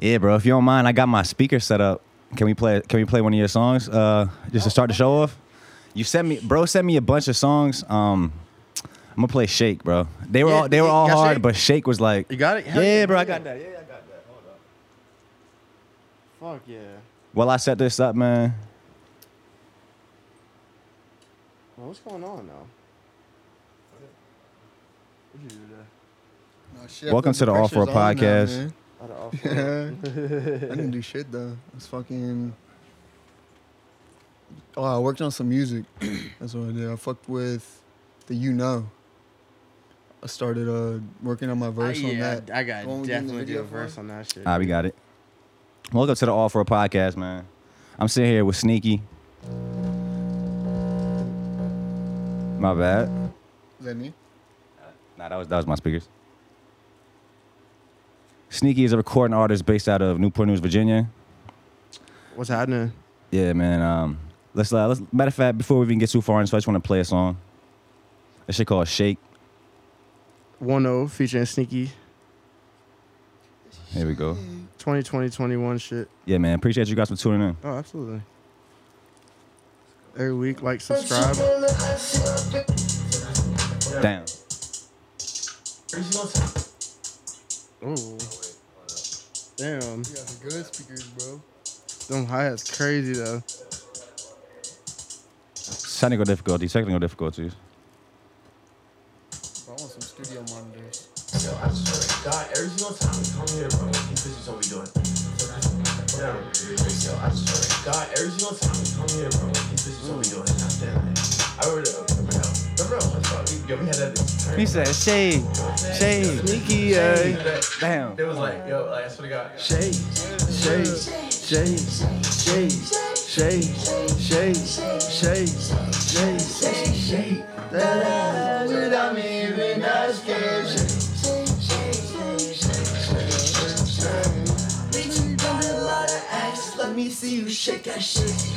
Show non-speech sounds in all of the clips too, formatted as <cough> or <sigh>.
Yeah, bro. If you don't mind, I got my speaker set up. Can we play? Can we play one of your songs uh, just to start the show off? You sent me, bro. Sent me a bunch of songs. Um, I'm gonna play Shake, bro. They were Yeah, all they were you all got hard, Shake? but Shake was like, You got it? Hell yeah, yeah, bro. I yeah. got that. Yeah, I got that. Fuck yeah. Well, I set this up, man. Well, what's going on now? What you do there? Oh, shit, I Welcome feel to the All For pressure's a on now, Podcast. man. <laughs> I don't off- <laughs> I didn't do shit though. I was fucking. Oh, I worked on some music. <clears throat> That's what I did. I fucked with the You Know. I started uh working on my I, verse on yeah, that. I got The one we did in the definitely do video a for? verse on that shit. Ah, we got it. Welcome to the All for a Podcast, man. I'm sitting here with Sneaky. My bad. Is that me? Nah, that was that was my speakers. Sneaky is a recording artist based out of Newport News, Virginia. What's happening? Yeah, man. Um, let's uh, let's matter of fact, before we even get too far into, it, I just want to play a song. That shit called Shake. One O featuring Sneaky. Here we go. 2020-21 shit. Yeah, man. Appreciate you guys for tuning in. Oh, absolutely. Every week, like, subscribe. Damn. Oh. Damn, You got the good speakers, bro. them high hats crazy though. Technical difficulties. Technical difficulties. I want some studio monitors. Yo, I swear to God, every single time we come here, bro, these bitches don't be doing. Yeah, yo, I swear to God, every single time we come here, bro, these bitches don't be doing. God damn it. I remember that. Remember that. Remember that one song? We- Yo, we had that. turn. said Shake, Shake, Sneaky. eh? Damn. It was like, yo, like, I swear to God. Shake, shake, shake, shake, shake, shake, shake, shake. Let me see you shake that shit.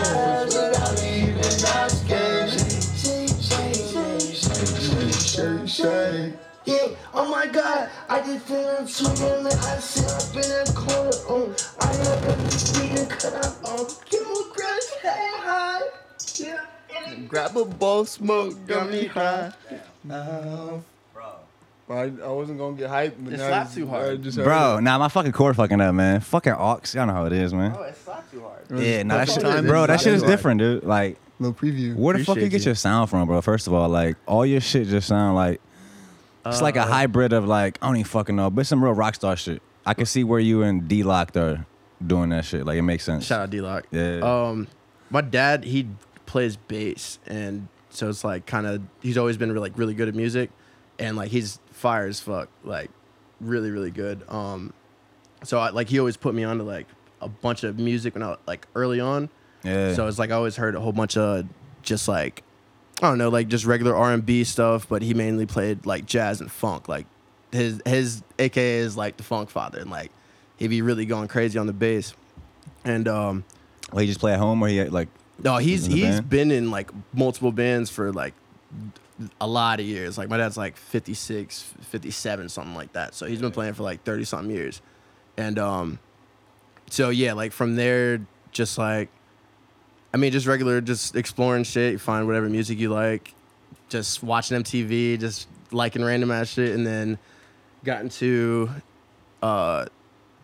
Yeah, oh my god, I just feel I'm swimming like I sit up in a corner. Oh, I love up this beating cut up. Oh, give me grass, hey, hi. Yeah. Grab a ball, smoke, gummy high. Bro, I, I wasn't gonna get hyped, but It now slapped I- too hard. I just heard Bro, it. nah, my fucking cord fucking up, man. Fucking aux, y'all know how it is, man. Oh, it slapped too hard. Yeah, nah, that First shit, time, bro, that that's shit is why. different, dude. Like, Little preview. where the fuck you Appreciate get you. your sound from, bro? First of all, like, all your shit just sound like it's like a hybrid of like I don't even fucking know, but some real rock star shit. I can see where you and D Locked are doing that shit. Like, it makes sense. Shout out D Lock. Yeah. Um, my dad he plays bass, and so it's like kind of he's always been really, like really good at music, and like he's fire as fuck, like really really good. Um, so I like he always put me onto like a bunch of music when I like early on. Yeah. So it's like I always heard a whole bunch of just like I don't know, like just regular R and B stuff, but he mainly played like jazz and funk. Like his his AKA is like the funk father and like he'd be really going crazy on the bass. And um Well, he just play at home, or he like, no, he's In the he's band? been in like multiple bands for like a lot of years. Like my dad's like 56, 57, something like that. So he's been playing for like 30 something years. And um so yeah, like from there just like I mean just regular just exploring shit, you find whatever music you like, just watching MTV, just liking random ass shit and then got into uh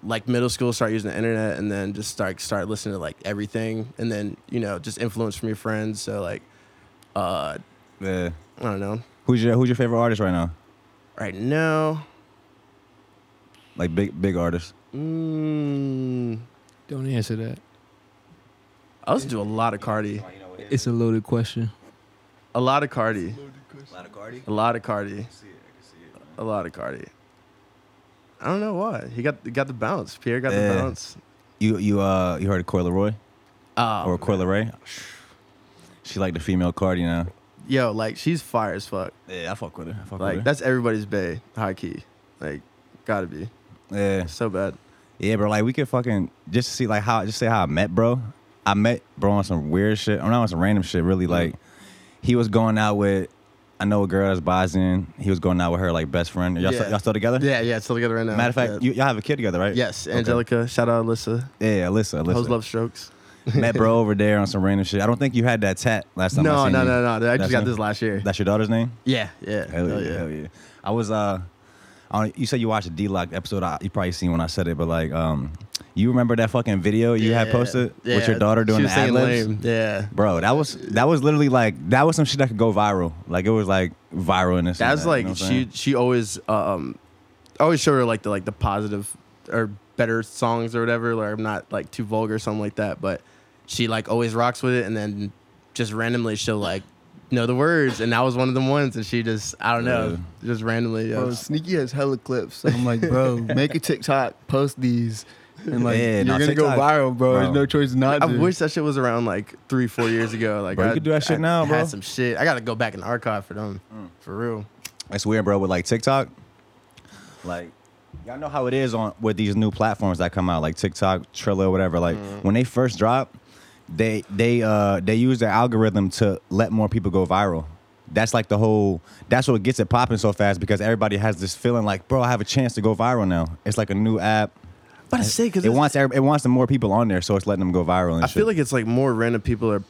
like middle school start using the internet and then just start start listening to like everything and then you know just influence from your friends so like uh yeah. i don't know Who's your Who's your favorite artist right now? right now Like big big artist. mm, Don't answer that. i listen to a lot of cardi It's a loaded question. a lot of cardi Cardi. a lot of cardi a lot of Cardi. I don't know why he got he got the bounce. Pierre got Yeah. the bounce. You you uh you heard of Coi Leroy Oh, or Coi Leray? She like the female Cardi now. yo, like she's fire as fuck. Yeah, I fuck with her. I fuck Like that's everybody's bay, high key. Like gotta be Yeah. so bad. Yeah, bro. Like we could fucking just see like how just say how I met, bro. I met bro on some weird shit. I'm not on some random shit. Really, like he was going out with I know a girl that's Bosnian. He was going out with her like best friend. Y'all, Yeah. still, y'all still together? Yeah, yeah, still together right now. Matter of fact, Yeah. you, y'all have a kid together, right? yes, Okay. Angelica. Shout out Alyssa. Yeah, Alyssa. Alyssa. Hoes love strokes. <laughs> Met bro over there on some random shit. I don't think you had that tat last time. I No, seen no, you. no, no. I That's just got her? this last year. That's your daughter's name? Yeah, yeah. Hell, hell yeah, hell yeah. I was uh, on, you said you watched a D Lock episode. I, you probably seen when I said it, but like um, you remember that fucking video you had Yeah, posted with yeah. your daughter doing she the was singing ad libs? lame. Yeah. Bro, that was that was literally like that was some shit that could go viral. Like it was like viral in this. and That's that, you like know what I'm she saying? she always um I always show her like the like the positive or better songs or whatever, like I'm not like too vulgar or something like that, but she like always rocks with it and then just randomly she'll like know the words and that was one of them ones and she just I don't know, just randomly uh, Bro, Sneaky has hella clips. I'm <laughs> like, bro, make a TikTok, post these, and like Yeah, you're nah, gonna TikTok- go viral, bro. There's bro. no choice not I to. wish that shit was around like three, four years ago. Like Bro, you I- could do that shit I now, bro. Had some shit. I gotta go back and archive for them, for real. It's weird, bro. With like TikTok, like y'all know how it is on with these new platforms that come out, like TikTok, Triller, whatever. Like Mm-hmm. when they first drop, they they uh they use their algorithm to let more people go viral. That's like the whole. That's what gets it popping so fast because everybody has this feeling like, bro, I have a chance to go viral now. It's like a new app. But I say because It wants every- it wants the more people on there, so it's letting them go viral. And I shit. feel like it's like more random people are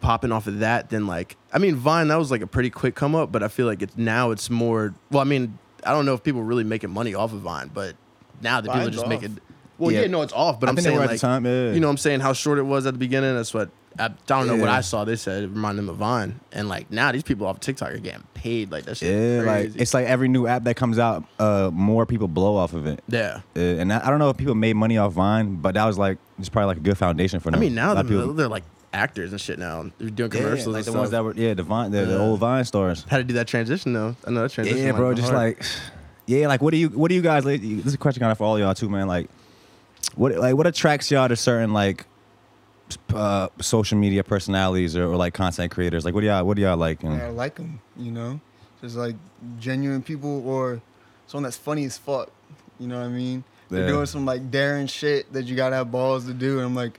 popping off of that than like I mean Vine that was like a pretty quick come up, but I feel like it's now it's more well I mean I don't know if people are really making money off of Vine, but now the people are Vine's just off. making well Yeah. yeah. no it's off, but I am think they saying were at like the time, yeah. you know what I'm saying how short it was at the beginning that's what I, I don't know what Yeah. I saw they said it reminded them of Vine and like now these people off TikTok are getting paid like that shit yeah, is like crazy. it's like every new app that comes out, uh, more people blow off of it. yeah Uh, and I, I don't know if people made money off Vine, but that was like it's probably like a good foundation for them. I mean A now lot of they're, people- they're like actors and shit now they're doing yeah, commercials like and the stuff. ones that were yeah the Vine the, the Yeah. old Vine stars. how to do that transition though I know that transition Yeah, might bro, be just hard. like yeah, like what do you what do you guys? This is a question kind of for all y'all too, man. Like what like what attracts y'all to certain like s- uh, social media personalities or, or like content creators? Like what do y'all what do y'all like? And, I like them, you know? Just like genuine people or someone that's funny as fuck. You know what I mean? They're Yeah. doing some like daring shit that you gotta have balls to do. And I'm like,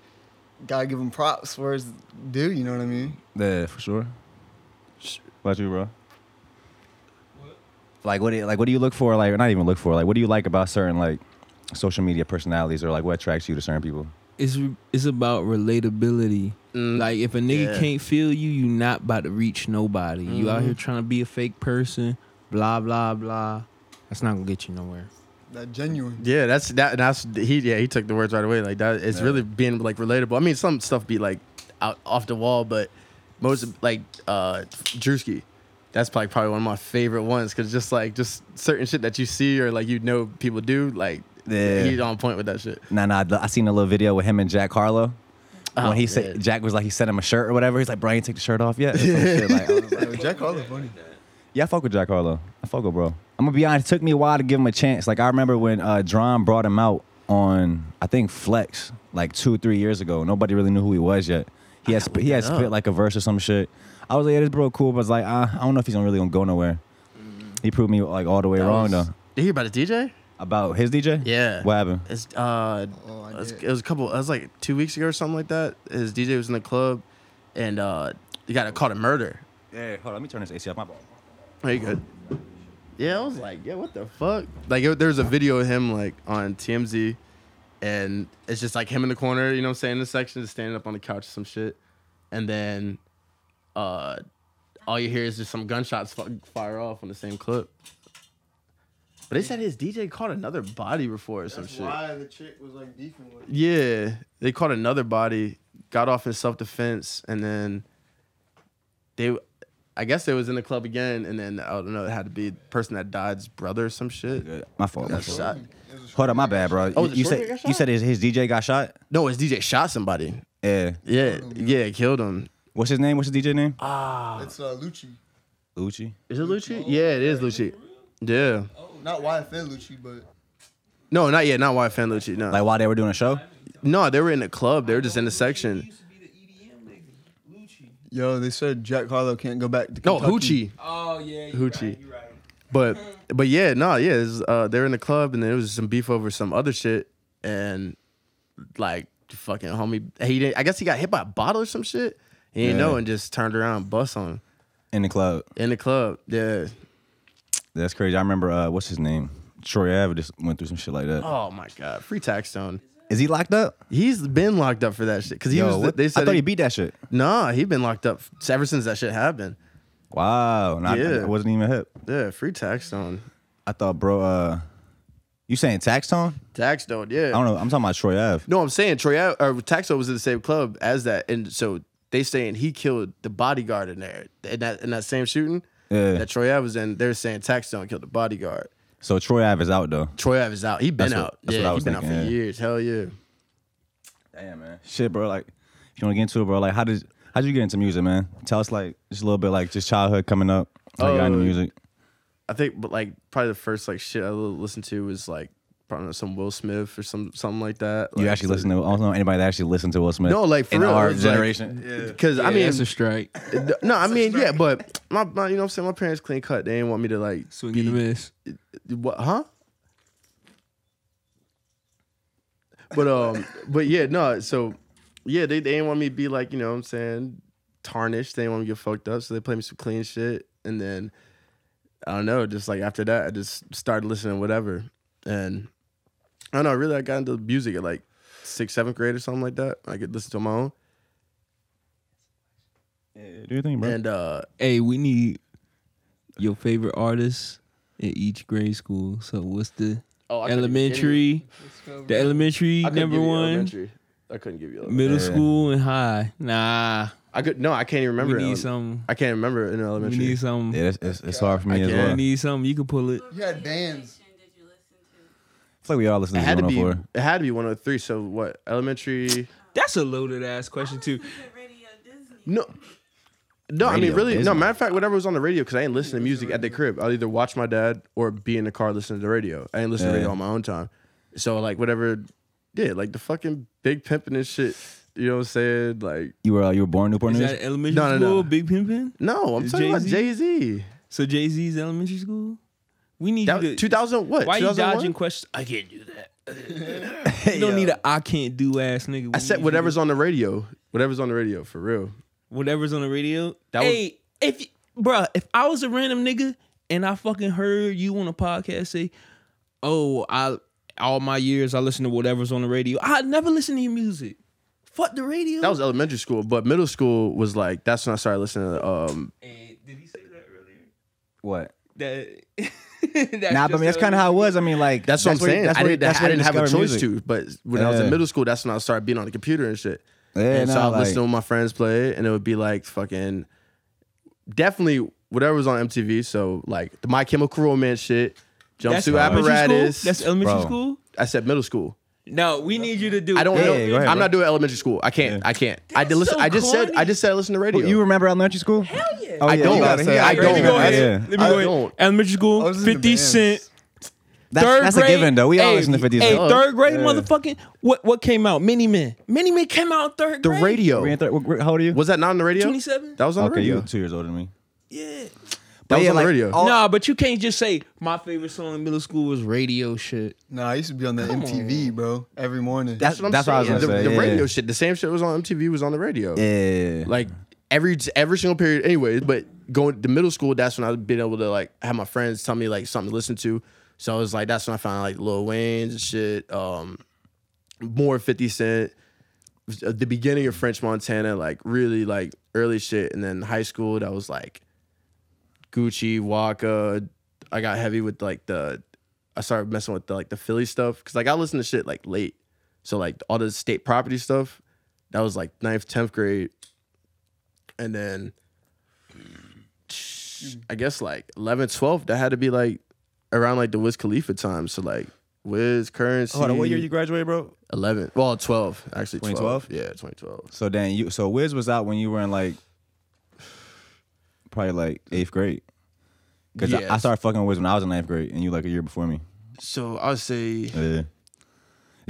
gotta give them props for his due, you know what I mean? Yeah, for sure. What about you, bro? Like what? Do you, like what do you look for? Like or not even look for. Like what do you like about certain like social media personalities or like what attracts you to certain people? It's it's about relatability. Mm. Like if a nigga Yeah. Mm-hmm. can't feel you, you not about to reach nobody. You out here trying to be a fake person, blah blah blah. That's not gonna get you nowhere. That genuine. Yeah, that's that. That's he. Yeah, he took the words right away. Like that. It's Yeah. really being like relatable. I mean, some stuff be like out off the wall, but most of- like uh Drewski. That's probably probably one of my favorite ones because just like just certain shit that you see or like you know people do like Yeah. he's on point with that shit. Nah, nah. I seen a little video with him and Jack Harlow. Oh, when he said yeah. Jack was like he sent him a shirt or whatever. He's like Brian, take the shirt off <laughs> yet? Or some shit. <laughs> Like, "Oh, I was like, Yo, Jack Harlow funny. yeah, I fuck with Jack Harlow. I fuck with bro. I'm gonna be honest. It took me a while to give him a chance. Like I remember when uh, Dron brought him out on I think Flex like two three years ago. Nobody really knew who he was yet. He had sp- he had that spit up. like a verse or some shit. I was like, yeah, this bro cool, but I was like, ah, I don't know if he's really gonna go nowhere. He proved me like all the way Mm-hmm. That wrong was- though Did you hear about his DJ? about his DJ. Yeah. what happened? It's uh, Oh, I it was- did. it was a couple. It was like two weeks ago or something like that. His DJ was in the club, and uh, he got caught a murder. Yeah, hold on, let me turn this AC off. My ball. Are you good? Yeah, I was like, yeah, what the fuck? Like, it, there was a video of him like on TMZ, and it's just like him in the corner. You know what I'm saying? In the section, just standing up on the couch or some shit, and then, uh, all you hear is just some gunshots fu- fire off on the same clip. But they said his DJ caught another body before or some shit. the chick was like beefing with Yeah, they caught another body, got off in self defense, and then they, I guess they was in the club again, and then I don't know, it had to be the person that died's brother or some shit. My fault. My Got fault. shot. Hold up, my bad, bro. Oh, you, the you shorty said got you shot? said his, his DJ got shot. No, his DJ shot somebody. Yeah. Yeah, yeah, killed him. What's his name? What's his DJ name? It's uh, Lucci. Lucci. Is it Lucci? Yeah, it is Lucci. Yeah. Oh Not YFN Lucci, but No, not yet. Not YFN Lucci. No, Like while they were doing a show, no, they were in the club. They were just in the section. yo, they said Jack Harlow can't go back to No, Kentucky. Hoochie. Oh yeah, you Hoochie. Right, you right. But but yeah, no, yeah, it was, uh, they were in the club and there was some beef over some other shit and like the fucking homie, he did, I guess he got hit by a bottle or some shit. He didn't Yeah. know and just turned around and bust on him in the club. in the club. Yeah. That's crazy. I remember uh, what's his name? Troy Ave just went through some shit like that. Is Oh my god, free tax stone. he locked up? He's been locked up for that shit because he Yo, was. what- They I said thought he, he, beat that shit. nah, he been locked up ever since that shit happened. Wow, not, Yeah. I wasn't even hip. Yeah, free tax stone. I thought, bro, uh, you saying tax tone? Tax stone. Yeah. I don't know. I'm talking about Troy Ave. No, I'm saying Troy Ave- or Taxo was in the same club as that, and so they saying he killed the bodyguard in there in that in that same shooting Yeah. that Troy Ave was in. They're saying Taxo killed the bodyguard. So Troy Ave is out though. Troy Ave is out. He been That's what- out. that's yeah, what I he was been out for thinking, yeah. years. Hell yeah. Damn man, shit, bro. Like, if you want to get into it, bro, like, how did how would you get into music, man? Tell us like just a little bit, like just childhood coming up. How you got into Oh. music? I think, but like probably the first like shit I li- listened to was like probably some Will Smith or some something like that. You Like, actually listen to? I don't know anybody that actually listened to Will Smith. No, like, for in real, our it's like- generation. Because I Yeah, mean, that's <laughs> a strike. no, I mean, yeah, but my, my, you know, what I'm saying my parents clean cut. They didn't want me to like Swing be- and a miss. What? Huh? But um, but yeah, no. So yeah, they they didn't want me to be like you know what I'm saying tarnished. They didn't want me to get fucked up, so they played me some clean shit, and then I don't know. Just like after that, I just started listening to whatever, and I don't know. Really, I got into music at like sixth, seventh grade or something like that. I could listen to my own, Yeah, do your thing, bro. and uh, Hey, we need your favorite artists in each grade school. So what's the oh, I couldn't even give you- elementary? The elementary I couldn't number give you one, elementary. I couldn't give you elementary. middle Yeah. school, and high. Nah, I could no, I can't even remember. we in ele- need some. I can't remember in We elementary. need some. yeah, it's, it's, it's hard for me I as can't. well. We I feel need some. You can pull it. You had bands. did you listen to? like we all listen It to had to be. 104. It had to be 103. So what? Elementary? That's a loaded ass question too. Radio Disney. No. No, I mean Radio really. No, Disney. matter of fact, whenever it was on the radio, because I didn't listen to music at the crib. I'll either watch my dad or be in the car listening to the radio. I didn't listen to Yeah. radio on my own time. So like whatever, yeah, like the fucking big pimping and shit. You know what I'm saying? Like You were uh, you were born in Newport Is News. that elementary No, no, no. school? Big Pimpin. no, I'm talking about Jay-Z? Jay Z. So Jay Z's elementary school. We need That you was to. 2000 what? Why you 2001? dodging questions? I can't do that. you don't need a I can't do ass I nigga. Mm-hmm. said whatever's on the radio. Whatever's on the radio for real. whatever's on the radio. That was- hey, if you, bruh, if I was a random nigga and I fucking heard you on a podcast say, "Oh, I all my years I listen to whatever's on the radio," I never listen to your music. Fuck the radio. That was elementary school, but middle school was like that's when I started listening to um Hey, did he say that earlier? What? That. <laughs> that's Nah, but I mean that's kind of how it was. I mean, like That's what I'm where- saying. that's I where- didn't, that's I where you didn't have a discover choice music. to. But when I was Yeah. in middle school, that's when I started being on the computer and shit. Yeah, and so nah, I would like, listen to my friends play it, and it would be like fucking, definitely whatever was on MTV. So like the My Chemical Romance shit, That's Jumpsuit elementary Apparatus. School? That's elementary Bro. school. I said middle school. No, we need you to do. I don't Yeah, know. go ahead, bro. I'm not doing elementary school. I can't. I can't. I did That's listen. so I just said. I corny. just said I listen to radio. You remember elementary school? Hell yeah. Oh, I yeah, you don't. gotta say- I I Let me don't. go ahead. Yeah. Let me I go ahead. don't. Elementary I school, was listening to 50 bands. Cent. That's, third that's grade, a given though. We all hey, listen to 50 Hey, Cent. third grade, Yeah. motherfucking. What what came out? Mini Men. Mini Men came out in third the grade. radio. Three and thir- wh- wh- How old are you? Was that not on the radio? 27? That was on the okay, radio. you're two years older than me. Yeah. But was yeah, on the like, radio. all- nah, but you can't just say my favorite song in middle school was radio shit. Nah, I used to be on that MTV, bro, every morning. That's what I'm That's what I was Yeah, gonna the, say. the yeah. radio shit. The same shit was on MTV. Was on the radio. Yeah. like every every single period anyways but going to middle school that's when i've been able to like have my friends tell me like something to listen to so i was like that's when i found like lil wayne's and shit um more 50 cent At the beginning of french montana like really like early shit and then high school that was like gucci waka i got heavy with like the i started messing with the, like the philly stuff because like i listened to shit like late so like all the state property stuff that was like ninth 10th grade and then Mm. I guess like 11, 12, that had to be like around like the Wiz Khalifa time. So like Wiz currency. Hold on, what year you graduated, bro? 11. Well, 12, actually. 2012? 12. Yeah, 2012. So then you so Wiz was out when you were in like probably like eighth grade. Because I, I Yes. started fucking with when I was in ninth grade, and you like a year before me. So I would say, Yeah. Did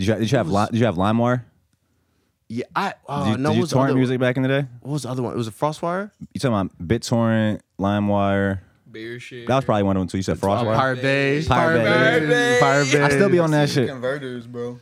you, did you have li- did you have LimeWire? yeah, I Did uh, you, no. did what you was the other, torrent music back in the day? What was the other one? It was a Frostwire. You talking about BitTorrent, LimeWire? Beer shit. That was probably one of them too. You said Frostwire. Pirate Bay. Pirate Pirate Bay. Pirate Bay. I still be on that It's the shit. You Converters, bro.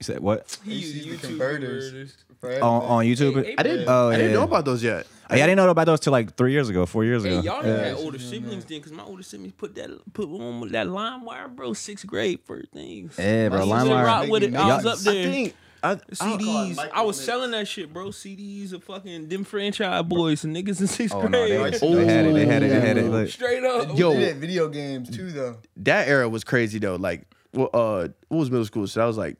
said what? He He's used the YouTube converters. for On, everything. on YouTube? Hey, I didn't. Oh, I didn't yeah. know about those yet. Hey, I didn't know about those till like three years ago, four years Hey, ago. y'all Yeah. had older siblings then, because my older siblings put that put on with that lime wire, bro. Sixth grade first thing. Yeah, bro, I used to LimeWire. rock with it. I was up I there. think I, I don't- CDs. I was selling that shit, bro. CDs of fucking them franchise boys and niggas in sixth Oh, no, grade. they, they had it. They had it. They had it. Look. <laughs> Oh, Straight up. Yo. They did video games too, though. that era was crazy though. Like, well, uh, what was middle school? So that was like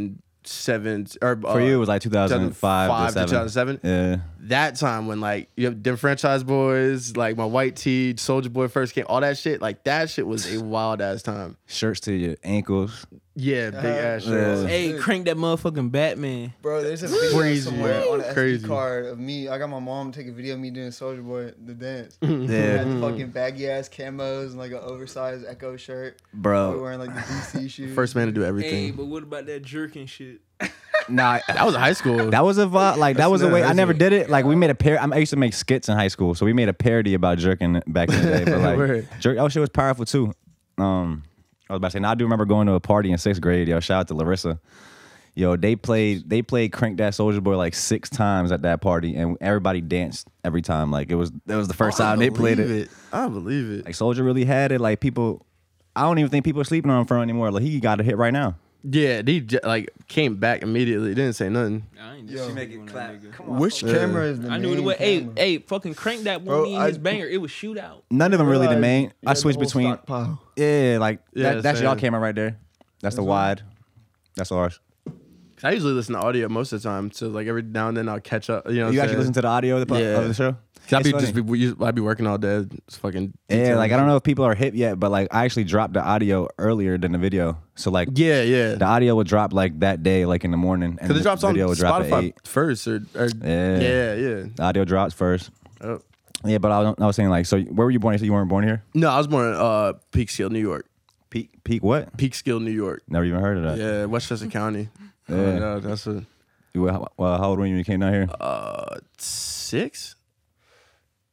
2007 or For you, it was like 2005, 2005 to 2007. 2007. That time when like you have them franchise boys, like my white tee, Soldier Boy first came, all that shit. Like that shit was a wild ass time. Yeah, shirts to your ankles. Yeah, Uh, big ass shit. Yeah. Hey, crank that motherfucking Batman. Bro, there's a video Crazy. somewhere on an Crazy. SD card of me. I got my mom take a video of me doing Soldier Boy the dance. <laughs> Yeah. Mm. Had fucking baggy ass camos and like an oversized Echo shirt. We were Bro, wearing like <laughs> the DC shoes. First man to do Hey, everything. but what about that jerking shit? nah, that was high school. that was a vibe. Like that was a way. I nice. never did it. Like we made a pair. I used to make skits in high school, so we made a parody about jerking back in the day. But Word. like, jerk. Oh shit, was powerful too. Um, I was about to say. Now I do remember going to a party in sixth grade. Yo, shout out to Larissa. Yo, they played. They played Crank That Soldier Boy like six times at that party, and everybody danced every time. Like it was. That was the first time they played it. I believe it. Like Soldier really had it. Like people, I don't even think people are sleeping on him for anymore. Like he got a hit right now. Yeah, they j- like came back immediately. Didn't say nothing. I ain't Yo. make it clap. Which camera is the I knew it main was. Hey, camera? hey, fucking crank that Bro, one in I- his banger. It was shootout. None of them really the Realize main. you I had the switch whole between. stockpile. Yeah, like Yeah, that, that's y'all same. camera right there. That's the wide. That's ours. 'Cause I usually listen to audio most of the time, so like every now and then I'll catch up. You know, You actually listen to the audio of the, po- Yeah. of the show. I'd It's be funny. just be, we- I'd be working all day. It's fucking yeah, like I don't know if people are hip yet, but like I actually dropped the audio earlier than the video. So like Yeah, yeah. the audio would drop like that day, like in the morning, and Cause the it drops on video would drop at Spotify eight. first, or, or Yeah. yeah, yeah. The audio drops first. Oh. Yeah, but I was, I was saying like, so where were you born? You said you weren't born here. No, I was born in uh, Peekskill, New York. Peak, peak what? Peekskill, New York. Never even heard of that. Yeah, Westchester County. <laughs> Yeah, Yeah. that's a You were, how, well, how old were you when you came down here? uh, six.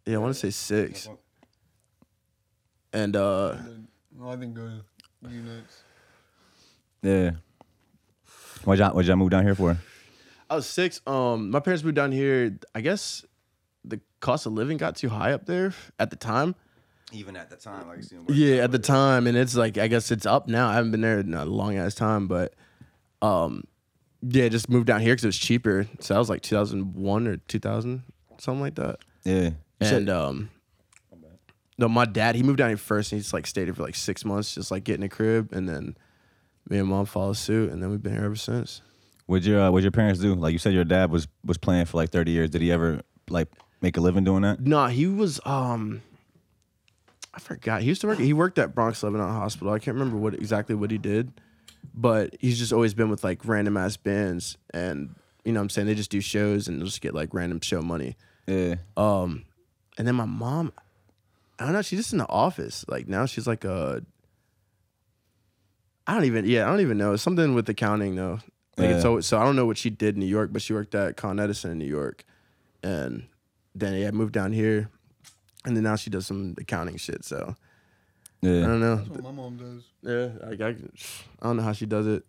Yeah, I want to say six. And uh, No, I think go to you next. yeah. Why'd y'all, why'd y'all move down here for? I was six. Um, my parents moved down here. I guess the cost of living got too high up there at the time. Even at the time, like you seen. Yeah, at the time, and it's like I guess it's up now. I haven't been there in a long ass time, but um, yeah, just moved down here because it was cheaper. So that was like 2001 or 2000, something like that. Yeah. and um, no, my dad he moved down here first, and he's like stayed here for like six months, just like getting a crib, and then me and mom followed suit, and then we've been here ever since. What'd your uh, What'd your parents do? Like you said, your dad was was playing for like thirty years. Did he ever like make a living doing that? No, he was um I forgot. He used to work he worked at Bronx Lebanon Hospital. I can't remember what exactly what he did, but he's just always been with like random ass bands and you know what I'm saying they just do shows and they'll just get like random show money. Yeah. Um and then my mom I don't know, she's just in the office. Like now she's like a I don't even yeah, I don't even know. It's something with accounting though. Like it's Yeah. always so I don't know what she did in New York, but she worked at Con Edison in New York. And then yeah, moved down here. And then now she does some accounting shit. So I Yeah. don't know. That's what my mom does. Yeah, like I, I don't know how she does it.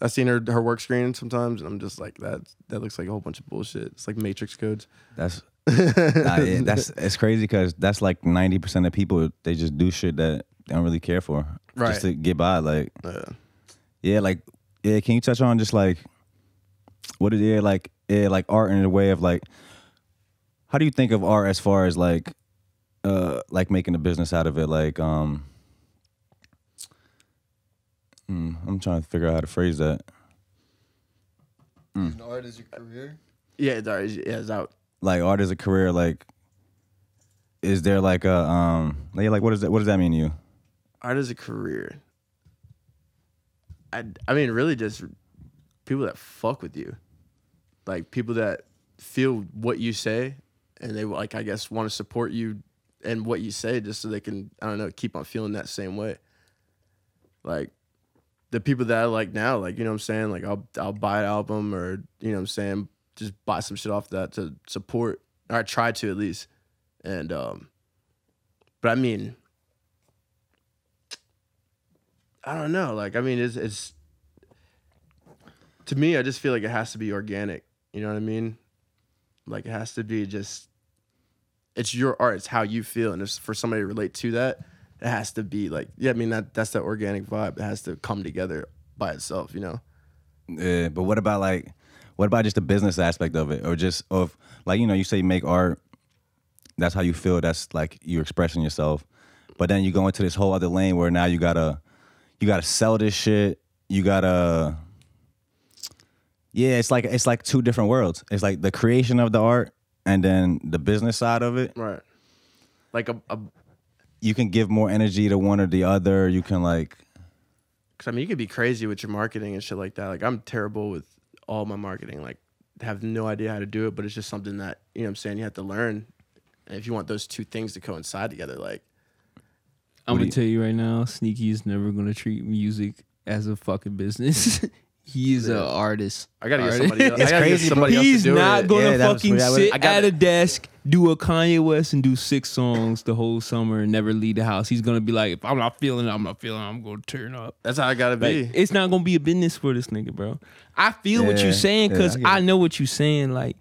I've seen her her work screen sometimes, and I'm just like that. That looks like a whole bunch of bullshit. It's like matrix codes. That's nah, yeah, that's it's crazy because that's like ninety percent of people they just do shit that they don't really care for Right. just to get by. Like Yeah. yeah, like yeah. Can you touch on just like what is yeah like yeah like art in a way of like how do you think of art as far as like uh like making a business out of it like um mm, I'm trying to figure out how to phrase that. Hmm. Using art as your career. Yeah, it's alright. Yeah, it's out. like art as a career like is there like a um like, like what is that what does that mean to you Art is a career. I I mean, really, just people that fuck with you, like people that feel what you say, and they like I guess want to support you and what you say just so they can I don't know keep on feeling that same way. Like the people that I like now, like you know what I'm saying, like I'll I'll buy an album or you know what I'm saying, just buy some shit off that to support or I try to at least. And um but I mean I don't know. Like I mean it's it's to me I just feel like it has to be organic. You know what I mean? Like it has to be just it's your art, it's how you feel. And if for somebody to relate to that, it has to be like yeah, I mean that that's that organic vibe. It has to come together by itself, you know. Yeah, but what about like, what about just the business aspect of it, or just of like you know you say you make art, that's how you feel, that's like you're expressing yourself, but then you go into this whole other lane where now you gotta, you gotta sell this shit, you gotta. Yeah, it's like it's like two different worlds. It's like the creation of the art and then the business side of it. Right. Like a, a You can give more energy to one or the other. You can like Cause I mean, you could be crazy with your marketing and shit like that. Like I'm terrible with all my marketing. Like have no idea how to do it, but it's just something that you know. what I'm saying you have to learn. And if you want those two things to coincide together, like I'm do gonna you- tell you right now, Sneaky is never gonna treat music as a fucking business. <laughs> he is an artist. I gotta get Artist. somebody. <laughs> Else, I gotta crazy, get somebody else He's to do not it. gonna Yeah, that was- fucking yeah, I sit would've- I got at it. a desk, do a Kanye West, and do six songs the whole summer and never leave the house. He's gonna be like, if I'm not feeling it, I'm not feeling it, I'm gonna turn up. That's how I gotta be. Like, it's not gonna be a business for this nigga, bro. I feel what Yeah, you're saying yeah, because I get I, it. know what you're saying. Like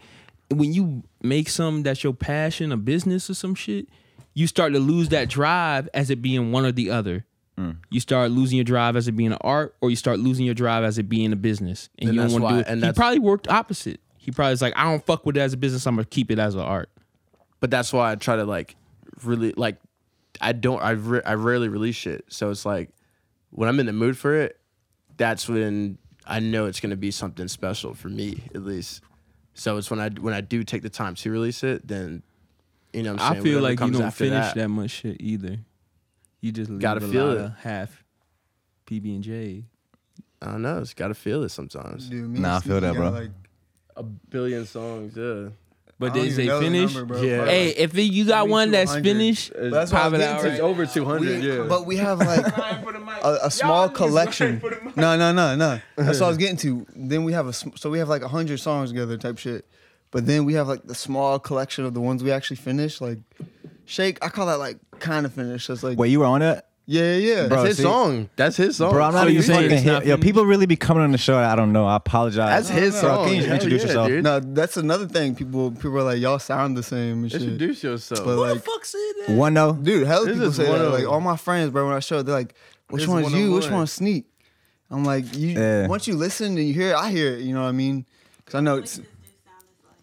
when you make something that's your passion, a business or some shit, you start to lose that drive as it being one or the other. Mm. You start losing your drive as it being an art, or you start losing your drive as it being a business, and, And you don't that's want to do why- it. and he that's- probably worked opposite. He probably is like, I don't fuck with it as a business. I'm gonna keep it as an art. but that's why I try to like really like I don't I re- I rarely release shit. So it's like when I'm in the mood for it, that's when I know it's gonna be something special for me at least. So it's when I when I do take the time to release it, then you know what I'm I saying whatever feel like you comes don't after finish that. much shit either. You just leave Gotta a feel lot it. of half PB and J. I don't know. It's gotta feel it sometimes. Dude, me and Nah, I feel Sneaky that, got, bro. Like, A billion songs, yeah. But I don't they even say know the finish. number, bro. Yeah. Probably Hey, like- if it- you got Maybe one that's 200. finished, It's- that's what I pop it was out getting right. to. over 200, We- yeah. But we have like a, a small collection. No, no, no, no. That's what I was getting to. Then we have a sm- so we have like hundred songs together type shit. But then we have like the small collection of the ones we actually finished. Like shake, I call that like kind of finished. It's like wait, you were on it. yeah, yeah, yeah. Bro, That's his see- song. That's his song. Bro, I'm not Oh, So you even saying fucking it's not hit. Yo, finished? people really be coming on the show. that I don't know. I apologize. That's his Bro, song. Can you Hell introduce yeah, yourself? dude. no, that's another thing. People, people are like, y'all sound the same and shit. Introduce yourself. But like, One oh, though. dude, hell, This people is say one that. of Like them. all my friends, bro, when I show, they're like, which This one's one you? on Which one. one's Sneak? I'm like, you. Yeah. Once you listen and you hear it, I hear it. You know what I mean? Because I know What it's does this sound is like?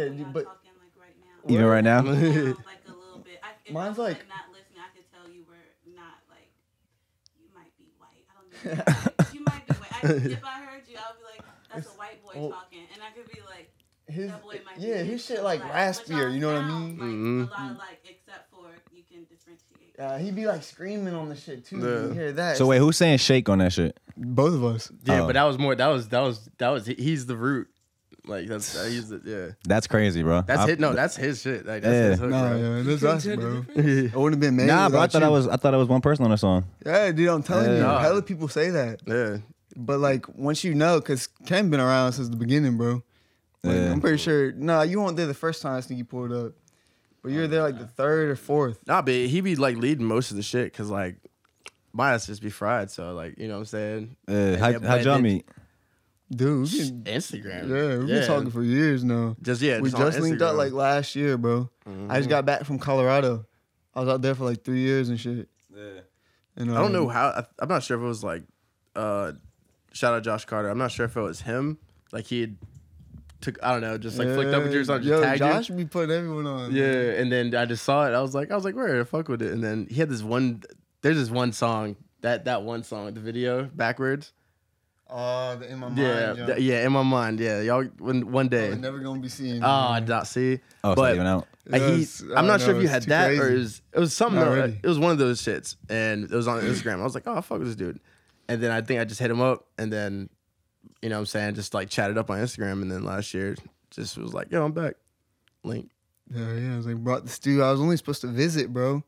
yeah, When y'all but talking, like, right now. Even right now. <laughs> <laughs> It sounds like a little bit. I, if Mine's I was, like- not listening. I could tell you were not like. You might be white. I don't know. <laughs> Like, you might be white. I, if I heard you, I would be like, "That's a white boy oh. talking," and I could be like, his "That boy might be." yeah, his mixed shit up, like but raspier. y'all You know what I mean? sound Like, Mm-hmm. A lot of like, except for you can differentiate. Uh, he be like screaming on the shit too. Yeah. You hear that? So wait, who's saying shake on that shit? both of us. yeah, Oh. but that was more. That was that was that was. he- He's the root. Like that's he's the yeah. That's crazy, bro. That's I- his, no, that's his shit. Like that's Yeah. his hook, Nah, bro. yeah, that's us, bro. <laughs> It wouldn't have been made. Nah, bro. I without thought you. I was. I thought it was one person on the song. Yeah, dude, I'm telling you, Nah. hella people say that. Yeah. But like, once you know, cause Ken been around since the beginning, bro. Like, Yeah. I'm pretty sure. Nah, you weren't there the first time Sneaky pulled up, but you were there like the third or fourth. Nah, but he be like leading most of the shit because like my ass just be fried. So like you know what I'm saying. Uh, And how then- how but y'all then meet? Dude, we been, Instagram. yeah, we've been talking for years now. Just yeah. we on just linked up Instagram. Mm-hmm. like last year, bro. I just got back from Colorado. I was out there for like three years and shit. Yeah. And, I don't um, know how. I, I'm not sure if it was like. uh Shout out Josh Carter. I'm not sure if it was him. Like he had took. I don't know. Just like flicked up with yours. I just Yo, tagged you. Josh be putting everyone on. Yeah, and then I just saw it. I was like, I was like, where the fuck with it? And then he had this one. There's this one song that that one song, the video backwards. Oh, the in my mind. yeah, yo. th- yeah, in my mind. Yeah, y'all. When one We're day. never gonna be seeing. Oh, not see. Oh, so but even out. uh, he, Yes, I I'm not know, sure if you it's had too that or crazy. it was, it was something. Not or- really. It was one of those shits, and it was on Instagram. I was like, oh fuck with this dude, and then I think I just hit him up, and then you know what I'm saying just like chatted up on Instagram, and then last year just was like, yo, I'm back, link. Yeah, yeah. I was like, brought the stew. I was only supposed to visit, bro.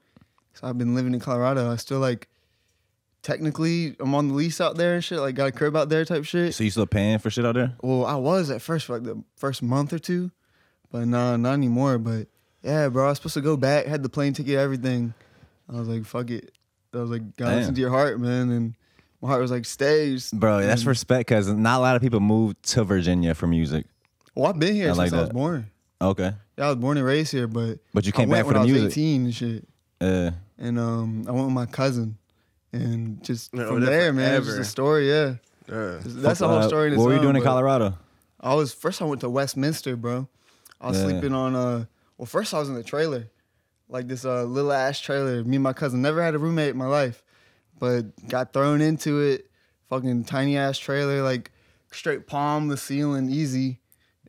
So I've been living in Colorado. I still like, technically, I'm on the lease out there and shit. Like, got a crib out there type shit. So you still paying for shit out there? Well, I was at first for like the first month or two, but nah, not anymore. But yeah, bro, I was supposed to go back. Had the plane ticket, everything. I was like, fuck it. I was like, God, Damn. listen to your heart, man. And my heart was like, stay, Bro, that's respect because not a lot of people move to Virginia for music. Well, I've been here I since like I was that. born. Okay. Yeah, I was born and raised here, but But you came I went back for when the I was music. 18 and shit. Uh, And um, I went with my cousin, and just Been over from there there, man, it's just forever. a story. Yeah, Yeah. that's a whole uh, story. In its What were you own, doing in but- Colorado? I was first. I went to Westminster, bro. I was Yeah. sleeping on uh Well, first I was in the trailer, like this uh, little ass trailer. Me and my cousin never had a roommate in my life, but got thrown into it. Fucking tiny ass trailer, like straight palm the ceiling, easy,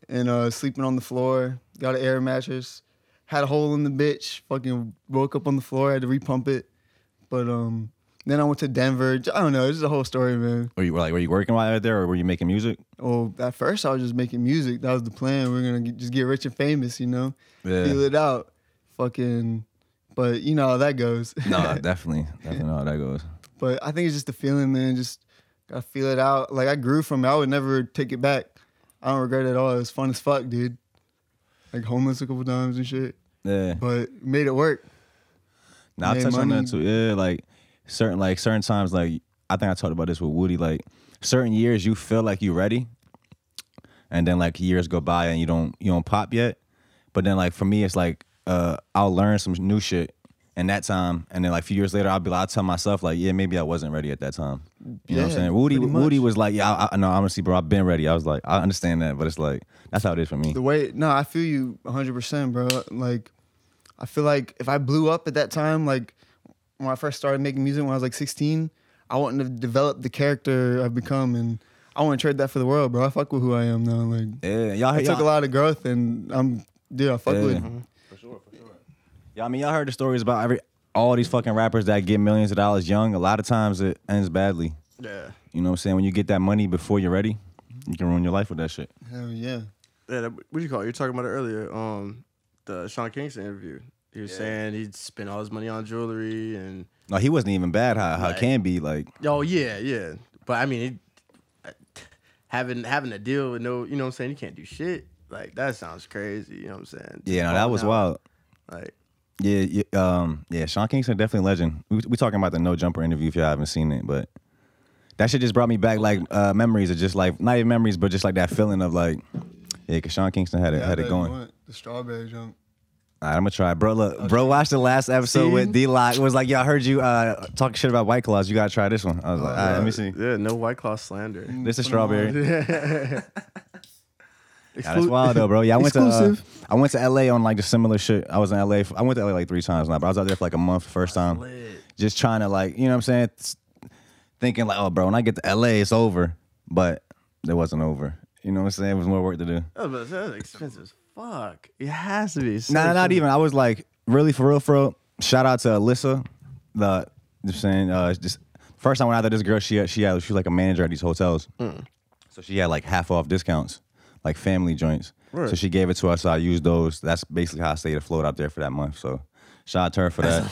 and uh sleeping on the floor. Got an air mattress. Had a hole in the bitch. Fucking woke up on the floor. Had to repump it. But um, then I went to Denver. I don't know. It's just a whole story, man. Were you were, like were you working while you were there, or were you making music? Well, at first I was just making music. That was the plan. We are gonna get, just get rich and famous, you know. Yeah. Feel it out, fucking. But you know how that goes. <laughs> No, definitely, definitely know how that goes. but I think it's just the feeling, man. Just gotta feel it out. Like I grew from it. I would never take it back. I don't regret it at all. It was fun as fuck, dude. Like homeless a couple times and shit, Yeah. but made it work. Now I made touch on money. that too. Yeah, like certain like certain times, like I think I talked about this with Woody. Like certain years, you feel like you're ready, and then like years go by and you don't you don't pop yet. But then like for me, it's like uh, I'll learn some new shit in that time, and then like a few years later, I'll be like, I'll tell myself like, yeah, maybe I wasn't ready at that time. You know what I'm Yeah, saying? Woody pretty Woody much. was like, yeah, I, I, no, honestly, bro, I've been ready. I was like, I understand that, but it's like that's how it is for me. The way no, I feel you 100%, bro. Like I feel like if I blew up at that time, like when I first started making music when I was like 16, I wouldn't have developed the character I've become and I wouldn't trade that for the world, bro. I fuck with who I am now. Like Yeah, y'all, I y'all took a lot of growth and I'm dude, I fuck with Yeah. Yeah, I mean, y'all heard the stories about every all these fucking rappers that get millions of dollars young. A lot of times it ends badly. Yeah. You know what I'm saying? When you get that money before you're ready, you can ruin your life with that shit. Hell yeah. Yeah, that- uh, what do you call it? You're talking about it earlier. Um, the Sean Kingston interview. He was saying he'd spent all his money on jewelry and No, he wasn't even bad. How how it Right. can be like? oh yeah, yeah. But I mean, it, having having to deal with no, you know what I'm saying? You can't do shit. Like that sounds crazy. You know what I'm saying? Oh, Just Yeah, no, that balling was out. wild. Like Yeah, yeah, um, yeah. Sean Kingston definitely a legend. We we talking about the no jumper interview if y'all haven't seen it, but that shit just brought me back like uh, memories of just like not even memories, but just like that feeling of like, yeah, cause Sean Kingston had it had it going. The strawberry jump. All right, I'm gonna try, bro. Look, bro, watch the last episode with D Lock. It was like, yo, I heard you uh, talking shit about White Claws. You gotta try this one. I was like, all right, let me see. Yeah, no white claw slander. This is strawberry. <laughs> Yeah, that's Exclu- wild though, bro. Yeah, I went to uh, Exclusive. I went to LA on like the similar shit. I was in LA. For, I went to LA like three times now, but I was out there for like a month first time, just trying to like, you know what I'm saying? S- Thinking like, oh, bro, when I get to LA, it's over. But it wasn't over. You know what I'm saying? It was more work to do. That was, Oh, that was expensive as fuck. It has to be. So Nah, not expensive. even. I was like, really, for real, for real. Shout out to Alyssa. The just saying, uh, just first time I went out there, this girl, she she had, she was like a manager at these hotels, so she had like half off discounts, like family joints. So Right. she gave it to us. So I used those. That's basically how I stayed afloat out there for that month. So shout out to her for that.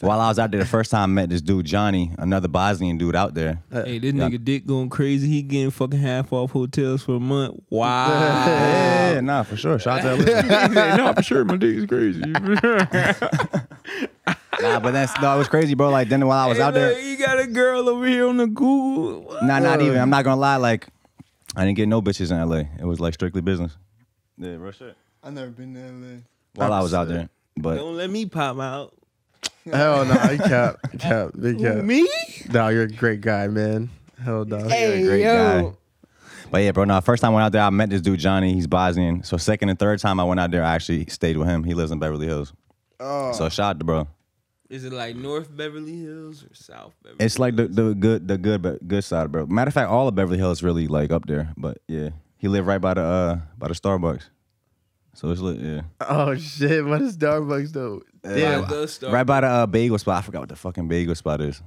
While I was out there, the first time I met this dude Johnny, another Bosnian dude out there. Hey, this Yeah. nigga Dick going crazy. He getting fucking half off hotels for a month. Wow. yeah, nah, for sure. Shout out to Alyssa. no, for sure, my dick is <laughs> crazy. nah, but that's no, it was crazy, bro. Like then while I was out there. you got a girl over here on the Google. What? Nah, not even. I'm not gonna lie. Like, I didn't get no bitches in LA. It was like strictly business. Yeah, real shit. I never been to LA. While I was out there, but Don't let me pop out. Hell Oh, no, you cap, cap, big cap. Me? No, you're a great guy, man. Hell Oh, no. you're a great guy. But yeah, bro. No, first time I went out there, I met this dude Johnny. He's Bosnian. So second and third time I went out there, I actually stayed with him. He lives in Beverly Hills. Oh. So shout out to bro. Is it like North Beverly Hills or South Beverly? It's like the, the good the good but good side, bro. Matter of fact, all of Beverly Hills really like up there. But yeah, he lived right by the uh by the Starbucks. So it's lit, yeah. Oh shit, what is Starbucks though? yeah, Right- <laughs> the star. right by the uh, bagel spot. I forgot what the fucking bagel spot is.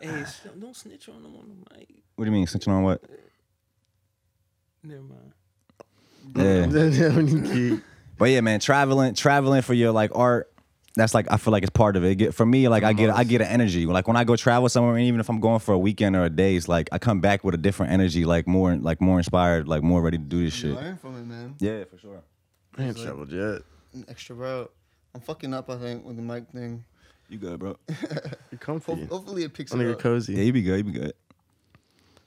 Hey, s- don't snitch on them on the mic. Uh, What do you mean, snitching on what? Never mind. Yeah. Damn, you keep- But yeah, man, traveling, traveling for your like art. That's like I feel like it's part of it. It get- for me, like I get I get an energy. Like when I go travel somewhere, and even if I'm going for a weekend or a day, it's like I come back with a different energy, like more like more inspired, like more ready to do this shit. Learn from it, man. Yeah, for sure. I ain't traveled yet. An extra route. I'm fucking up, I think, with the mic thing. You good, bro? You comfy. Ho- Hopefully it picks I it nigga up. cozy. Yeah, you be good. You be good.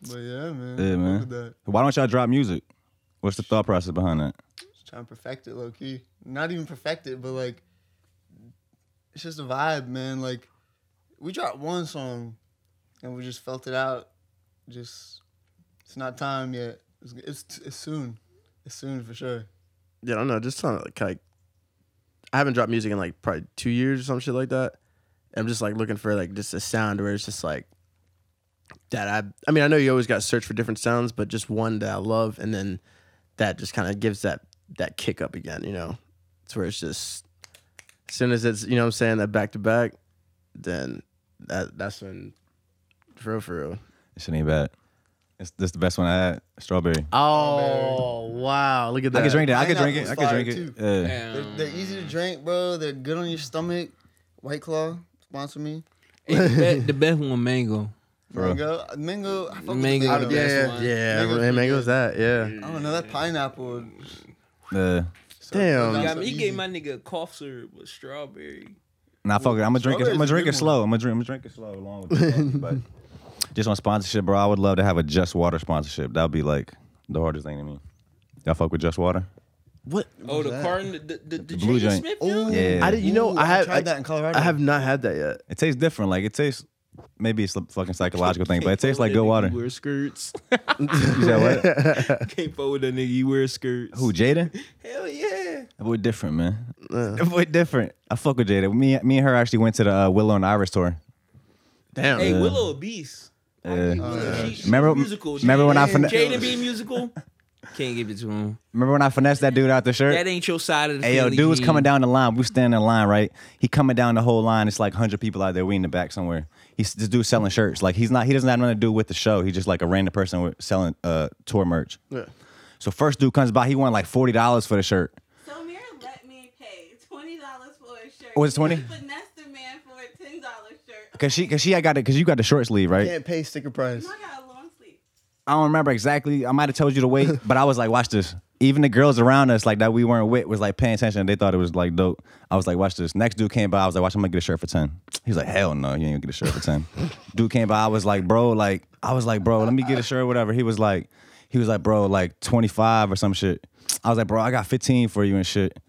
But yeah, man. Yeah, fuck man. with that. Why don't y'all drop music? What's the thought process behind that? Just trying to perfect it, low key. Not even perfect it, but like, it's just a vibe, man. Like, we dropped one song, and we just felt it out. Just, it's not time yet. It's it's, it's soon. It's soon for sure. Yeah, I don't know. Just trying to like, like, I haven't dropped music in like probably two years or some shit like that. And I'm just like looking for like just a sound where it's just like that. I I mean, I know you always got to search for different sounds, but just one that I love, and then that just kind of gives that that kick up again. You know, it's where it's just as soon as it's you know what I'm saying that back to back, then that that's when for real for real. This shit ain't bad. It's this the best one I had. Strawberry. Oh wow, look at that. I could drink that. I could drink it. Pineapple's I could drink fire, it. Yeah. They're, they're easy to drink, bro. They're good on your stomach. White Claw sponsor me. Ain't the be- the best one, mango. Bro. Mango, uh, mango. I fuck with the Mango, mango. yeah. man. one. Yeah, Mango's man, mango's that. Yeah. I don't know that Yeah. pineapple. Damn. That's Yeah, so easy. nigga a cough syrup with strawberry. Nah, fuck it. I'm gonna drink it. I'm gonna Strawberry's a drink good it slow. I'm gonna drink. I'm gonna drink it slow along with the <laughs> coffee, But just on sponsorship, bro. I would love to have a Just Water sponsorship. That'd be like the hardest thing to me. Y'all fuck with Just Water? What? Oh, the carton, the, the, the, blue Junior joint. Smith Ooh. joint? Yeah. I did. You know, Ooh, I I have tried that in Colorado. I have not had that yet. It tastes different. Like it tastes. Maybe it's a fucking psychological thing, but it tastes like good water. You wear skirts. <laughs> You said what? <laughs> Can't fold that nigga. You wear skirts. Who <laughs> Jada? Hell yeah. That boy different, man. Uh, That boy different. I fuck with Jada. Me, me and her actually went to the uh, Willow and Iris tour. Damn. Hey, Willow a beast. I Yeah. give Willow- she- she's Remember- musical. remember when I Jaden- fin- Jaden be musical? <laughs> Can't give it to him. Remember when I finessed that dude out the shirt? That ain't your side of the. Hey, yo, Philly dude was G. coming down the line. We standing in line, right? He coming down the whole line. It's like hundred people out there. We in the back somewhere. He's this dude selling shirts. Like he's not. He doesn't have nothing to do with the show. He's just like a random person with selling uh tour merch. Yeah. So first dude comes by. He wanted like forty dollars for the shirt. So Mira let me pay twenty dollars for a shirt. Oh, it's 20? She Finessed the man for a ten dollar shirt. Cause she, cause she, I got it. Cause you got the short sleeve, right? Can't pay sticker price. No, I got a long sleeve. I don't remember exactly. I might have told you to wait, but I was like, watch this. Even the girls around us, like that we weren't with, was like paying attention. They thought it was like dope. I was like, watch this. Next dude came by. I was like, watch, I'm gonna get a shirt for ten. He's like, hell no, you ain't gonna get a shirt for ten. dude came by. I was like, bro, like I was like, bro, let me get a shirt, whatever. He was like, he was like, bro, like 25 or some shit. I was like, bro, I got 15 for you and shit.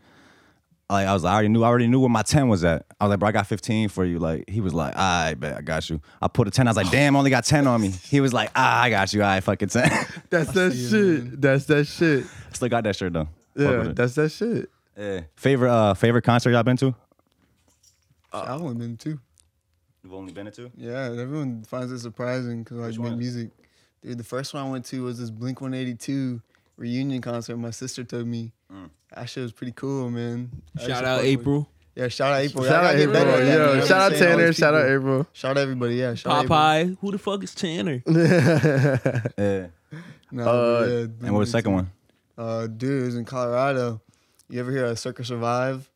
Like I was, like, I already knew, I already knew where my 10 was at. I was like, bro, I got 15 for you. Like he was like, all right, bet I got you. I put a 10. I was like, damn, I only got 10 on me. He was like, ah, I got you. All right, fucking <laughs> 10. That's that shit. That's that shit. Still got that shirt though. Fuck Yeah. with it. That's that shit. yeah. Favorite uh favorite concert y'all been to? I've only been two. You've only been to two. Yeah, everyone finds it surprising because I like make music. Dude, the first one I went to was this Blink 182 reunion concert. My sister told me that shit was pretty cool, man. I used Shout to out fuck with- April. Yeah, shout out April. Shout I out gotta get April. better at that, man. Yo, I've been shout out saying all Tanner. these Shout out people. April. Shout out everybody. Yeah, shout out April. Popeye. Who the fuck is Tanner? Yeah. No, Uh, yeah, And what was the second one? Uh, dude, it was in Colorado. You ever hear of Circus Survive?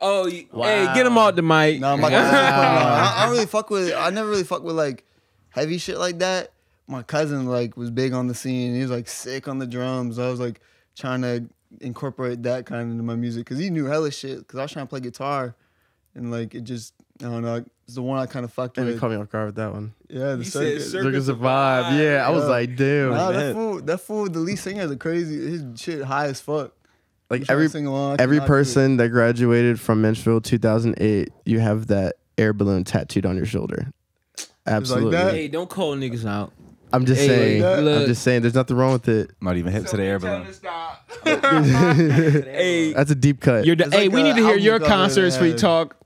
Oh, you- hey, get him out the mic. No, I'm not gonna no, I, I don't really fuck with. I never really fuck with like heavy shit like that. My cousin like was big on the scene. He was like sick on the drums. I was like trying to incorporate that kind into my music because he knew hella shit. Because I was trying to play guitar, and like it just I don't know. It's the one I kind of fucked And with. caught me off guard with that one. yeah, the You said circus. Circus Circus survive. Survive. Yeah. I was Yeah. like, damn. Nah, that fool, that fool, the lead singer is a crazy. His shit high as fuck. I'm like trying to every sing along, I every cannot do it. person that graduated from Menchville 2008, you have that air balloon tattooed on your shoulder. Absolutely. that? Hey, don't call niggas out. I'm just Hey, saying. like that? I'm Look. just saying. There's nothing wrong with it. Not even hip to the air balloon. Hey, That's a deep cut. you're the, It's hey, like we a need to hear album your cover concerts that for you has- talk.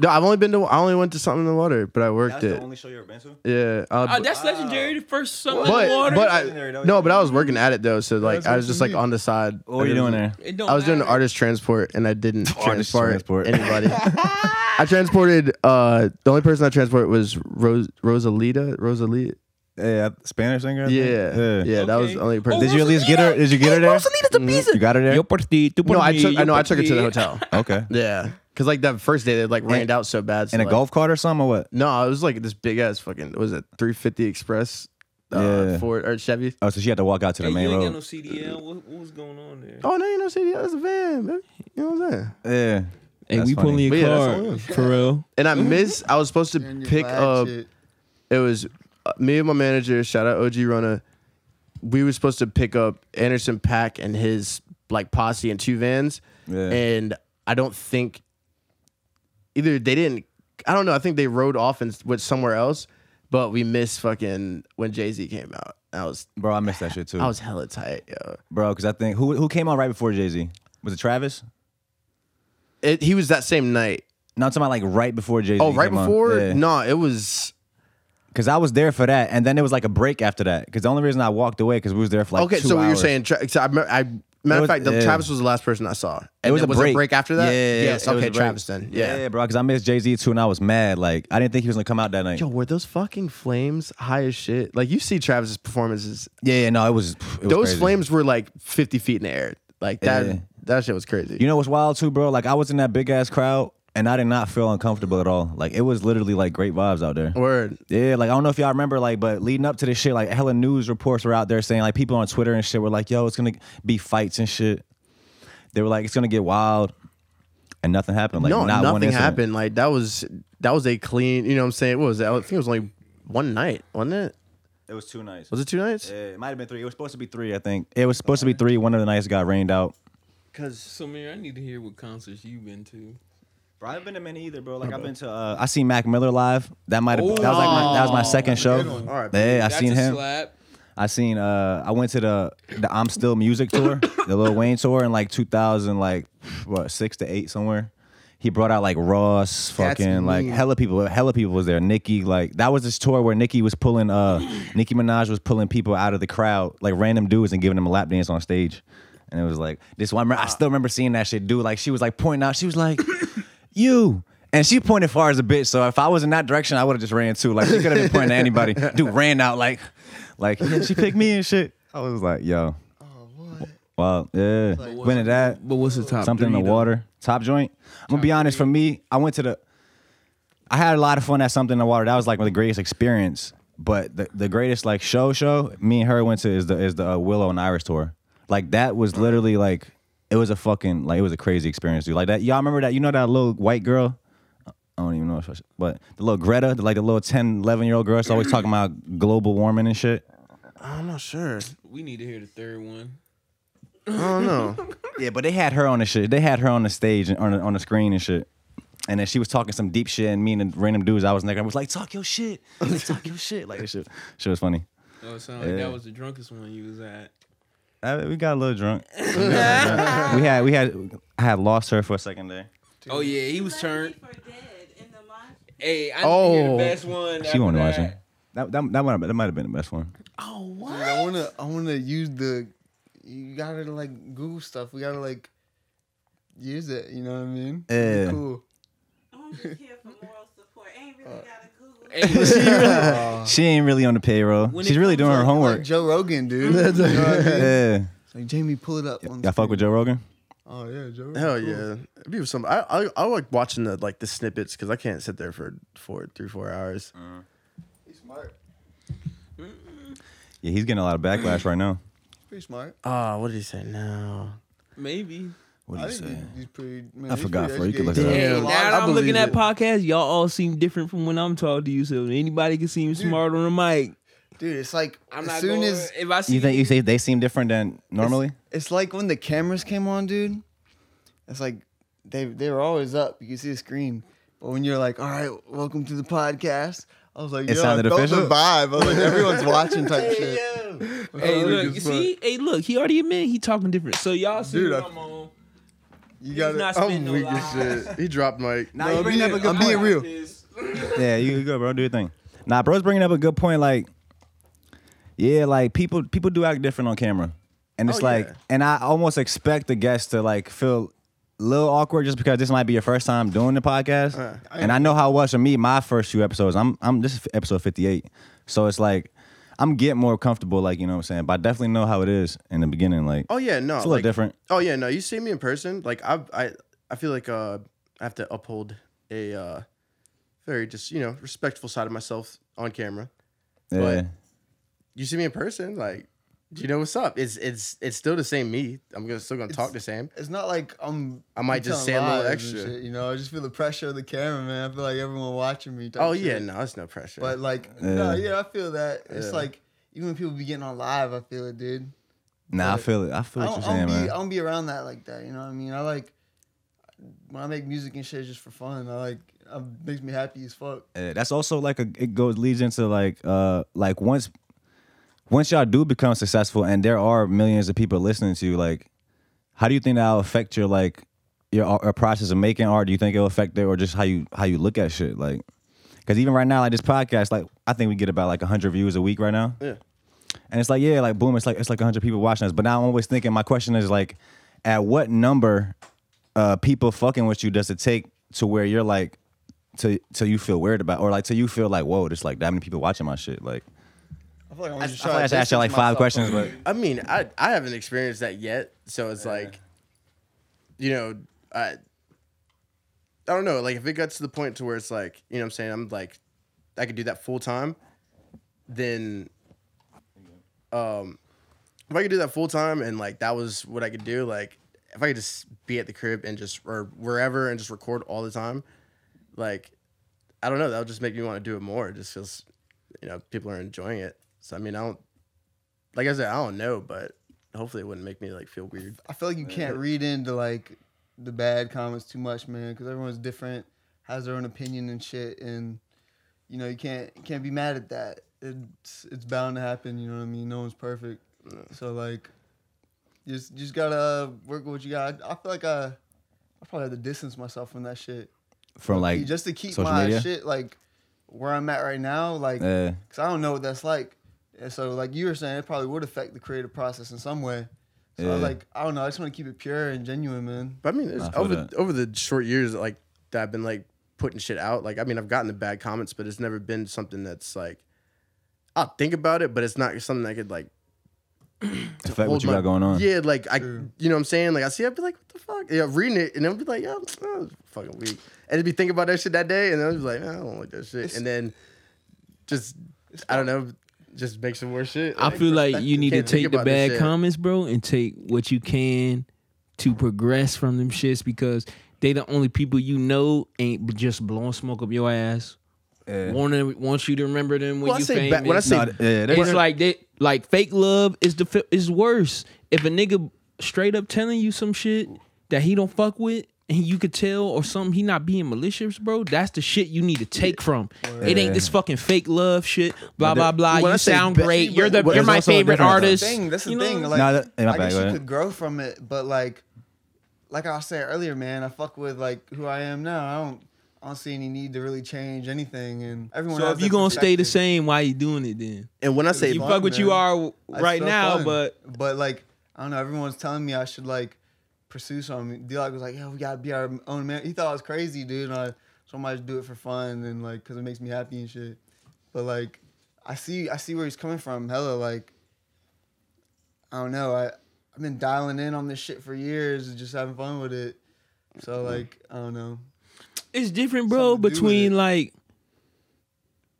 no, I've only been to. I only went to something in the water, but I worked it. show you ever been to? yeah. I'll- Oh, that's legendary. The first summer in the but water. but Legendary, I, though. no, but I was working at it though, so like that's I was what just you like need. on the side. What were you doing there? it don't I was doing matter. artist transport, and Oh, I didn't <laughs> Artist transport, transport. <laughs> anybody. I transported. uh The only person I transported was Rose Rosalita. Rosalita. Yeah, Spanish singer. I think? Yeah, yeah, that was Okay. the only person. Did you at least get her? Did you get her there? Mm-hmm. You got her there. Yo por ti, tú por No, I mí, took. I yo know. I por took her to the <laughs> ti. hotel. Okay. Yeah, because like that first day, they like rained out so bad. So In a like- golf cart or something or what? No, it was like this big ass fucking. What was it 350 Express? Uh, Yeah. Ford or Chevy? Oh, so she had to walk out to the Hey, main you ain't road. got no CDL. What, what was going on there? Oh no, you know, see, yeah, that's a van, baby. You know what I'm saying? yeah. Hey, That's we funny. pulling your But yeah, that's car, all it is. for real. And I miss. I was supposed to And your pick flag up. shit. It was uh, me and my manager. Shout out OG Rona. We were supposed to pick up Anderson Pack and his like posse in two vans, Yeah. and I don't think either they didn't. I don't know. I think they rode off and went somewhere else, but we missed fucking when Jay Z came out. I was Bro, I missed that shit too. I was hella tight, yo. Bro, because I think who who came out right before Jay Z was it Travis? It, he was that same night. No, I'm talking about like right before Jay Z. Oh, right before? No, it was Because I was there for that, and then it was like a break after that. Because the only reason I walked away because we was there for like okay. two So you were hours. saying? Tra- so I, remember- I matter It of was- fact, the, yeah. Travis was the last person I saw. And It was then- a break. it after Yeah, that. yes. it was Okay, a break. Travis. Then yeah. bro. Because I missed Jay Z too, and I was mad. Like I didn't think he was gonna come out that night. Yo, were those fucking flames high as shit? Like you see Travis's performances. yeah, yeah, no, it was. It was those crazy. flames were like fifty feet in the air. Like that. Yeah. That shit was crazy. You know what's wild too, bro? Like I was in that big ass crowd, and I did not feel uncomfortable at all. Like it was literally like great vibes out there. Word. Yeah, like I don't know if y'all remember, like, but leading up to this shit, like hella news reports were out there saying like people on Twitter and shit were like, yo, it's gonna be fights and shit. They were like, it's gonna get wild. And nothing happened. Like no, not one nothing incident. happened. Like that was that was a clean. You know what I'm saying? What was that? I think it was only one night, wasn't it? It was two nights. Was it two nights? Yeah, it might have been three. It was supposed to be three, I think. It was supposed to be three. One of the nights got rained out. Because So, man, I need to hear what concerts you've been to. Bro, I haven't been to many either, bro. Like I've been to uh, I seen Mac Miller live. That might have that was like my, that was Oh. my second show. Alright, yeah, I That's seen a him. slap. I seen uh I went to the the I'm Still Music tour, the Lil Wayne tour in like 2000 like what 6 to 8 somewhere. He brought out like Ross, fucking like mean. hella people, hella people was there. Nicki like that was this tour where Nicki was pulling uh Nicki Minaj was pulling people out of the crowd, like random dudes and giving them a lap dance on stage. And it was like this one I, remember- I still remember seeing that shit dude like she was like pointing out she was like <coughs> you. And she pointed far as a bitch. So if I was in that direction, I would have just ran too. Like she could have been pointing at anybody. Dude ran out like, like <laughs> yeah, she picked me and shit. I was like, yo. Wow, yeah. Went to that. But what's the top Something in the water. Top joint. I'm gonna be honest. For me, I went to the. I had a lot of fun at something in the water. That was like the greatest experience. But the, the greatest like show show me and her went to is the is the uh, Willow and Iris tour. Like that was literally like it was a fucking like it was a crazy experience, dude. Like that y'all remember that you know that little white girl. I don't even know, if I should- but the little Greta, like the little 10, 11 year old girl, that's always talking about global warming and shit. I'm not sure. We need to hear the third one. I don't know. Yeah, but they had her on the shit. They had her on the stage and on the, on the screen and shit. And then she was talking some deep shit, and me and the random dudes I was next, I was like, "Talk your shit, like, talk your shit." Like this shit, shit was funny. Oh, it sounded like Yeah. that was the drunkest one you was at. I- we got a little drunk. We got a little drunk. we had, we had, I had lost her for a second there. Oh yeah, he was Left turned. me for dead in the month. Hey, I Oh. need to hear the best one. She after wanted to watch that. it. That that that might have, that might have been the best one. Oh Dude, what? I wanna I wanna use the you gotta like Google stuff. We gotta like use it, you know what I mean? It'd be Yeah. Cool. I'm just here for moral support. Ain't really Uh, gotta Google. Hey, it. She ain't really on the payroll. When it She's really doing her Like homework. Joe <laughs> Rogan, dude. You know what I mean? Yeah, It's Like Jamie, pull it up. on the y'all fuck with screen. Joe Rogan. Oh yeah, Joe. Rogan. Hell cool. yeah. It'd be some. I, I I like watching the like the snippets because I can't sit there for four, three, four hours. He's smart. Yeah, he's getting a lot of backlash right now. Pretty smart. Ah, what did he say? No. maybe. What do I you say? think he's pretty. Man, I he's forgot, pretty bro. You can look educated. it up. Yeah, Hey, now I- that I I'm looking believe at it. podcasts, y'all all seem different from when I'm talking to you. So anybody can seem smart on the mic. Dude, it's like I'm as not soon going, as if I see You think you say they seem different than normally? it's like when the cameras came on, dude. It's like they they were always up. You could see the screen. But when you're like, all right, welcome to the podcast. I was like, It yo, sounded I felt official? the vibe. I was like, everyone's watching type shit. Hey, Rogan Oh, look, you is smart. see? Hey, look, he already admitted he talking different. So y'all see Dude, what I- I'm on. You got not it. spitting I'm no weak as Ah. lies. shit. He dropped <laughs> Mike. Now you I'm bringing being- up a good I'm being real. point. Is- yeah, you go, bro. Do your thing. Nah, bro's bringing up a good point. Like, yeah, like people people do act different on camera, and it's Oh, like, yeah. and I almost expect the guests to like feel a little awkward just because this might be your first time doing the podcast, and I know how it was for me my first few episodes. I'm I'm this is episode fifty eight, so it's like. I'm getting more comfortable, like, you know what I'm saying? But I definitely know how it is in the beginning. Like, <laughs> Oh yeah, no, it's a little like- different. Oh yeah, no, you see me in person. Like I, I, I feel like uh, I have to uphold a uh, very just you know respectful side of myself on camera. but- Yeah. You see me in person, like you know what's up. It's it's it's still the same me. I'm gonna still gonna talk the same. It's not like I'm. I might I'm telling just say a little lies and extra. shit, you know, I just feel the pressure of the camera, man. I feel like everyone watching me. type Oh yeah, shit. no, it's no pressure. But like, Yeah. no, yeah, I feel that. It's Yeah. like even when people be getting on live, I feel it, dude. Nah, I but- feel it. I feel I what don't, you're I saying, don't be, man. I don't be around that like that. You know what I mean? I like when I make music and shit it's just for fun. I like it makes me happy as fuck. Yeah, Eh, that's also like a it goes leads into like uh like once once y'all do become successful and there are millions of people listening to you like how do you think that'll affect your like your, ar- your process of making art do you think it'll affect it or just how you how you look at shit like because even right now like this podcast like i think we get about like 100 views a week right now yeah, and it's like, yeah, like boom, it's like it's like 100 people watching us. But now I'm always thinking, my question is like, at what number uh people fucking with you does it take to where you're like, to till you feel weird about, or like till you feel like, whoa, there's like that many people watching my shit. Like, I feel like I'm I, I, just feel trying like I to should ask you like distance five myself questions, from but it. I mean, I I haven't experienced that yet, so it's like, you know, I. I don't know. Like, if it gets to the point to where it's like, you know, what I'm saying I'm like, I could do that full time, then, um, if I could do that full time and like that was what I could do, like if I could just be at the crib and just or wherever and just record all the time, like, I don't know. That would just make me want to do it more, just because, you know, people are enjoying it. So I mean, I don't, like I said, I don't know, but hopefully it wouldn't make me like feel weird. I feel like you can't read into like the bad comments too much, man, because everyone's different, has their own opinion and shit, and you know you can't you can't be mad at that. It's it's bound to happen. You know what I mean? No one's perfect, so like, you just you just gotta uh, work with what you got. I, I feel like I I probably had to distance myself from that shit, from like just to keep social my media? shit like where I'm at right now, like. Yeah. Cause I don't know what that's like. And so, like you were saying, it probably would affect the creative process in some way. So, I Yeah. like, I don't know. I just want to keep it pure and genuine, man. But I mean, it's, I feel over that. over the short years like that I've been like putting shit out, like I mean, I've gotten the bad comments, but it's never been something that's like I'll think about it, but it's not something I could like affect hold what you my- got going on. Yeah, like I, you know, what I'm saying, like I see, it, I'd be like, what the fuck? Yeah, reading it, and I'd be like, yeah, that was fucking weak. And I'd be thinking about that shit that day, and I'd be like, "Ah, I don't like that shit, and then just I don't know, just make some more shit. I feel like you need to Can't think take the about this bad shit. comments, bro, and take what you can to progress from them shits because they the only people you know ain't b- just blowing smoke up your ass. Yeah. Want to want you to remember them when Well, I you say famous. ba- when I say Nah, yeah, they- it's like they like fake love is the fi- is worse. If a nigga straight up telling you some shit that he don't fuck with. And you could tell, or something, he not being malicious, bro. That's the shit you need to take from. It ain't this fucking fake love shit. Blah blah Well, blah. when I You say sound ba- great. You're the Well, you're there's my also a favorite difference. artist. Thing, that's the You know thing. what I'm Like, Nah, that- hey, my I bad, guess go you ahead. could grow from it, but like, like I said earlier, man, I fuck with like who I am now. I don't, I don't see any need to really change anything. And everyone. So has if their you gonna stay the perspective. same, why you doing it then? And when I say You Fun, fuck what you man. are It's right so now, fun. but but like I don't know, everyone's telling me I should like pursue something. d was like, "Yo, we gotta be our own man." He thought I was crazy, dude. And I so I might just do it for fun and like because it makes me happy and shit. But like, I see I see where he's coming from. Hella, like I don't know. I I've been dialing in on this shit for years and just having fun with it. So like I don't know. it's different, bro, Something to do with between it. like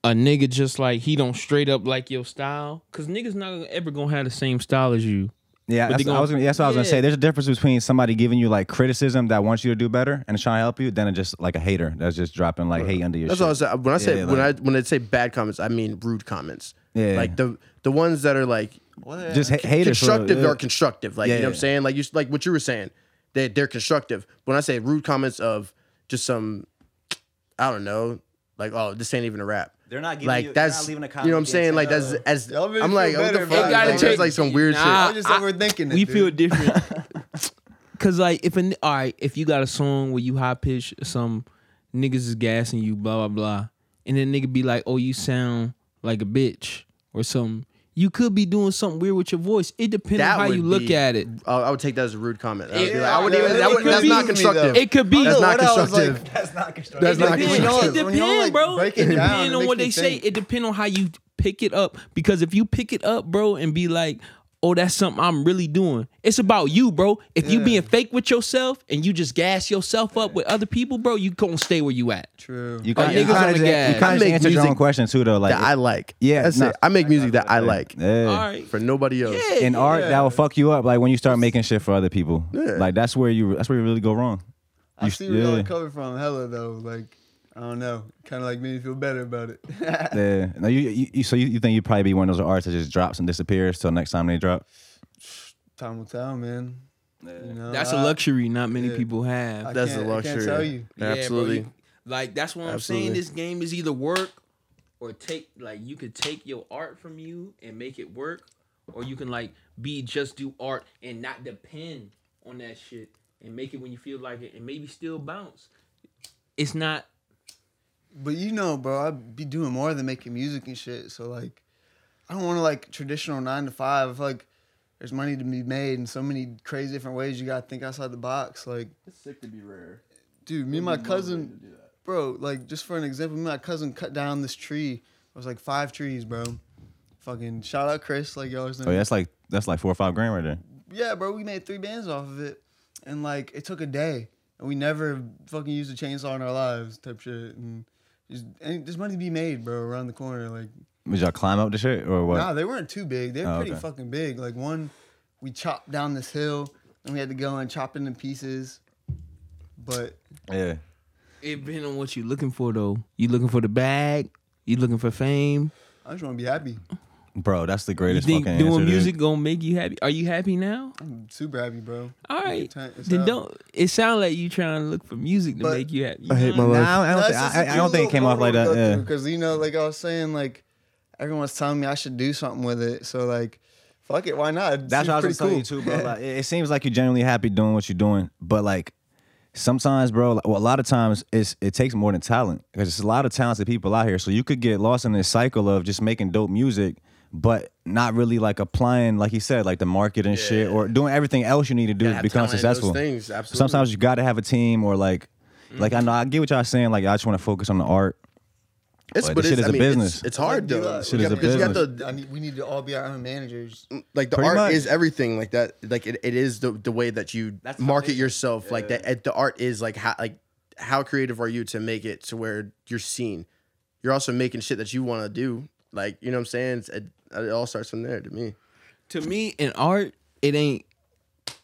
a nigga just like he don't straight up like your style. Cause niggas not ever gonna have the same style as you. Yeah, But that's, they I was gonna- gonna, that's what I was gonna Yeah. say. There's a difference between somebody giving you like criticism that wants you to do better and is trying to help you, than just like a hater that's just dropping like hate under your. That's shit. what I was when I say Yeah, when I like- when I say bad comments, I mean rude comments. Yeah. like the the ones that are like What? Just ha- haters. for- constructive yeah. or constructive. Like you know what I'm Yeah. saying? Like you like what you were saying. They they're constructive. When I say rude comments of just some I don't know, like oh this ain't even a rap. They're not giving Like you- they're that's not leaving a you know what I'm compliment saying? Like saying, that's as Y'all made me I'm like feel what the better, fuck? bro. Like, It gotta there's take- like some weird Nah. shit. I'm just I- overthinking it. we dude. feel different. Cause like if an all right, if you got a song where you high pitch, some niggas is gassing you, blah blah blah, and then nigga be like, oh you sound like a bitch or something. You could be doing something weird with your voice. It depends That on how would you look be- at it. I, I would take that as a rude comment. I would be Yeah, like, I wouldn't yeah, even. it That would, could that's be not to me, constructive. It could be. That's No, not what I was like- constructive. That's not constructive. That's It not depends. constructive. It When y'all, like, depends, bro. break It it down, depends it on makes what me they say. think. It depends on how you pick it up because if you pick it up, bro, and be like, "Oh, that's something I'm really doing," it's about you, bro. If you Yeah. being fake with yourself and you just gas yourself up with other people, bro, you gonna stay where you at. True. You niggas kind of on the gas. you I kind of make answered your music own question too, though. Like that I like. Yeah, that's nah. it. I make music that I like yeah. All right, for nobody else. Yeah. in art that will fuck you up. Like when you start making shit for other people, like that's where you that's where you really go wrong. I You- see where yeah. y'all coming from, hella though. Like, I don't know. Kind of like made me feel better about <laughs> it. Yeah. No, you, you, you so you, you think you'd probably be one of those artists that just drops and disappears till next time they drop. time will tell, man. You know, that's a I- luxury not many yeah. people have. I That's a can't- I luxury. can't tell you. Yeah, bro, Absolutely. you- like that's what I'm saying. Absolutely. This game is either work or take. Like you could take your art from you and make it work, or you can like be just do art and not depend on that shit and make it when you feel like it and maybe still bounce. It's not. But you know, bro, I be doing more than making music and shit. So like, I don't want to like traditional nine to five. I feel like there's money to be made in so many crazy different ways. You gotta think outside the box. Like, It's sick to be rare. dude, me and my cousin, bro, like just for an example, me and my cousin cut down this tree. It was like five trees, bro. Fucking shout out Chris, like y'all. Oh, yeah, that's like that's like four or five grand right there. yeah, bro, we made three bands off of it, and like it took a day, and we never fucking used a chainsaw in our lives, type shit, and just and there's money to be made, bro, around the corner. Like, Did y'all climb up the shit or what? nah, they weren't too big. They were Oh, pretty okay. fucking big. Like one, we chopped down this hill, and we had to go and chop it into pieces. But Yeah. It depends on what you're looking for though. You looking for the bag. You looking for fame. I just want to be happy. Bro, that's the You greatest think fucking doing answer, dude. music gonna make you happy? Are you happy now? I'm super happy, bro. All right. time- it's Then up. don't. It sound like you trying to look for music to But- make you happy. I hate my life. Nah, I don't, think, I, I don't think it came off like that. Yeah. Because you know, like I was saying, like everyone's telling me I should do something with it. So like, fuck it, why not? It That's seems what I pretty was gonna cool. tell you too, bro. Like, it, it seems like you're genuinely happy doing what you're doing, but like sometimes, bro, like, well, a lot of times it's it takes more than talent because there's a lot of talented people out here. So you could get lost in this cycle of just making dope music, but not really like applying, like he said, like the market and shit or doing everything else you need to do Gotta to have become talent in those successful. things, absolutely. Mm-hmm. Sometimes you got to have a team or like, like I know I get what y'all saying. Like I just want to focus on the art. It's But but, this shit is it's, I a mean, it's- business. It's, hard Like, though. Eli, Shit we is a got- we got business. the- I need- we need to all be our own managers. Mm. Like the Pretty art much. is everything. Like that. Like it, it is the, the way that you market yourself. Like that. it- The art is like how like how creative are you to make it to where you're seen. You're also making shit that you want to do. Like you know what I'm saying. It's- It, it all starts from there to me. to me in art it ain't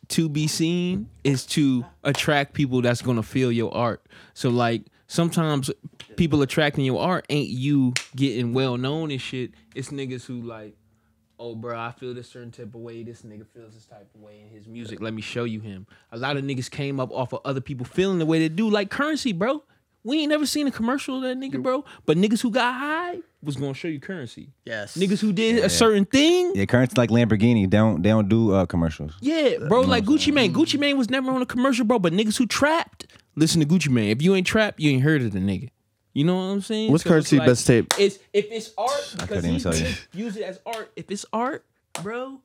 to be seen is to attract people that's gonna feel your art so like sometimes people attracting your art ain't you getting well known and shit it's niggas who like oh bro i feel this certain type of way this nigga feels this type of way in his music let me show you him a lot of niggas came up off of other people feeling the way they do like currency bro we ain't never seen a commercial of that nigga bro but niggas who got high was gonna show you currency Yes. niggas who did a certain thing Yeah, current's like Lamborghini. They don't they don't do uh, commercials. yeah, bro, like Gucci Mane. Gucci Mane was never on a commercial, bro. But niggas who trapped, listen to Gucci Mane. If you ain't trapped, you ain't heard of the nigga. You know what I'm saying? What's So it's Currency best tape? It's if it's art, because couldn't he even tell you. just use it as art. If it's art, bro,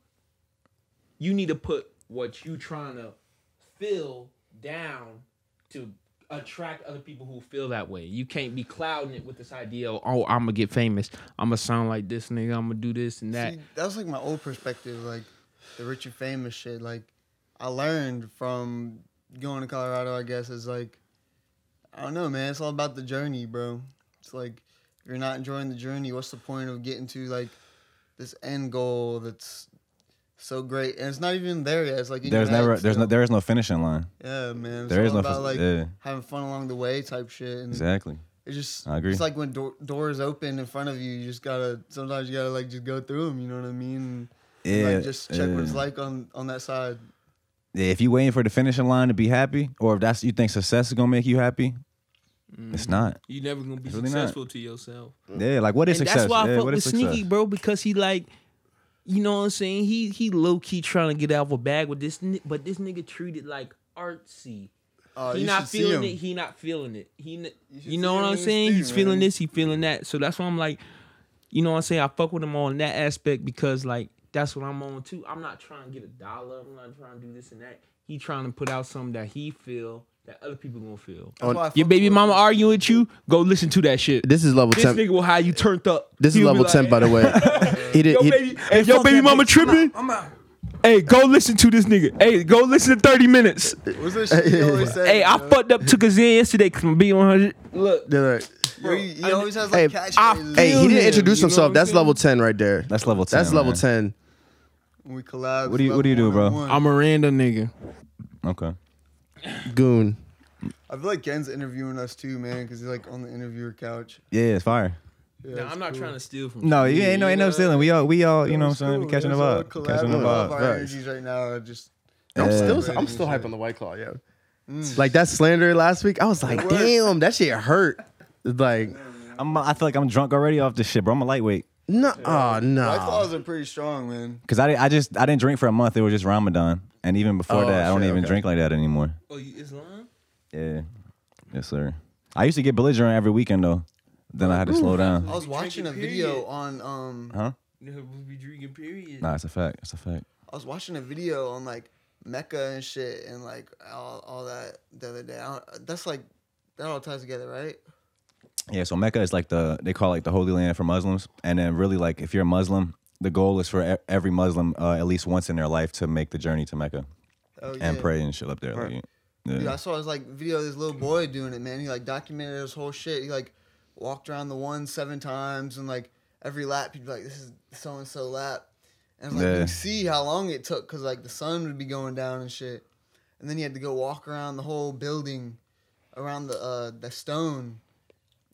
you need to put what you trying to feel down to attract other people who feel that way. You can't be clouding it with this idea of, oh, I'm gonna get famous. I'm gonna sound like this nigga. I'm gonna do this and that. See, that was like my old perspective, like the rich and famous shit. Like I learned from going to Colorado, I guess, is like I don't know, man. It's all about the journey, bro. It's like if you're not enjoying the journey, what's the point of getting to like this end goal that's so great? And it's not even there yet. It's like in your There's head never there's no still. there is no finishing line. yeah, man. It's there all is no about fas- like yeah. having fun along the way type shit. And Exactly. It just I agree. It's like when do- doors open in front of you, you just gotta sometimes you gotta like just go through them. You know what I mean? And, Yeah, like, just check what it's yeah. like on on that side. Yeah, if you waiting for the finishing line to be happy, or if that's you think success is gonna make you happy, it's not. You're never gonna be Really not. successful to yourself. Yeah, like what is and success? that's why I yeah, fuck what with is success? Sneaky, bro, because he like, you know what I'm saying? He he low key trying to get out of a bag with this, ni- but this nigga treated like artsy. Oh, he you not should see feeling him. it. He not feeling it. He, n- should you know see what him in I'm the saying? street, He's man. feeling this. He feeling that. So that's why I'm like, you know what I'm saying? I fuck with him on that aspect because like that's what I'm on too. I'm not trying to get a dollar. I'm not trying to do this and that. He trying to put out something that he feel that other people gonna feel. That's why I Your fuck baby with- mama arguing with you, go listen to that shit. This, This is level ten. nigga will how you turned up. This is He'll be level like, ten, by the way. <laughs> He did. Yo, he- baby, hey, yo, baby mama tripping. Hey, go listen to this nigga. Hey, go listen to 30 minutes. What's that shit <laughs> you always say? Hey, I yo? fucked up to Kazan yesterday because I'm being 100. Look, They're like- Yo, he, he always has Hey, like catchphrases. I- Hey, he Feel didn't him, introduce you know what I'm himself. That's saying? level ten right there. That's level 10. That's level man. ten. when we collab. What do you- what do you do, bro? I'm a random nigga. Okay. Goon. I feel like Gen's interviewing us too, man, because he's like on the interviewer couch. Yeah, it's fire. Yeah, Nah, I'm not trying to steal from No, you ain't no ain't no stealing. We all we all, you know what I'm saying? Cool. We catching the That's all vibe. Catching the collaborative. All of vibe. Our energies right now are just. I'm Yeah. still, I'm still hype on the white claw, yo. Mm. Like that slander last week, I was like, damn, that shit hurt. Like, I'm I feel like I'm drunk already off this shit, bro. I'm a lightweight. no, oh Black no. claws are pretty strong, man. Cause I, di- I just I didn't drink for a month. It was just Ramadan, and even before Oh, that, I don't shit, even okay. drink like that anymore. Oh, you Islam? Yeah, yes sir. I used to get belligerent every weekend though. Then I had to slow I down. was watching a video on um. Huh? Nigga be drinking, period. Nah, it's a fact. It's a fact. I was watching a video on like Mecca and shit and like all, all that the other day. I don't, that's like that all ties together, right? Yeah. So Mecca is like the they call it like the holy land for Muslims, and then really like if you're a Muslim, the goal is for e- every Muslim uh, at least once in their life to make the journey to Mecca Oh, yeah. and pray and shit up there. Like, Dude, I yeah. saw this like video of this little boy doing it, man. He like documented his whole shit. He like walked around the one seven times and like every lap he'd be like, This is so and so lap. And like Yeah. you see how long it took because like the sun would be going down and shit. And then he had to go walk around the whole building around the uh the stone,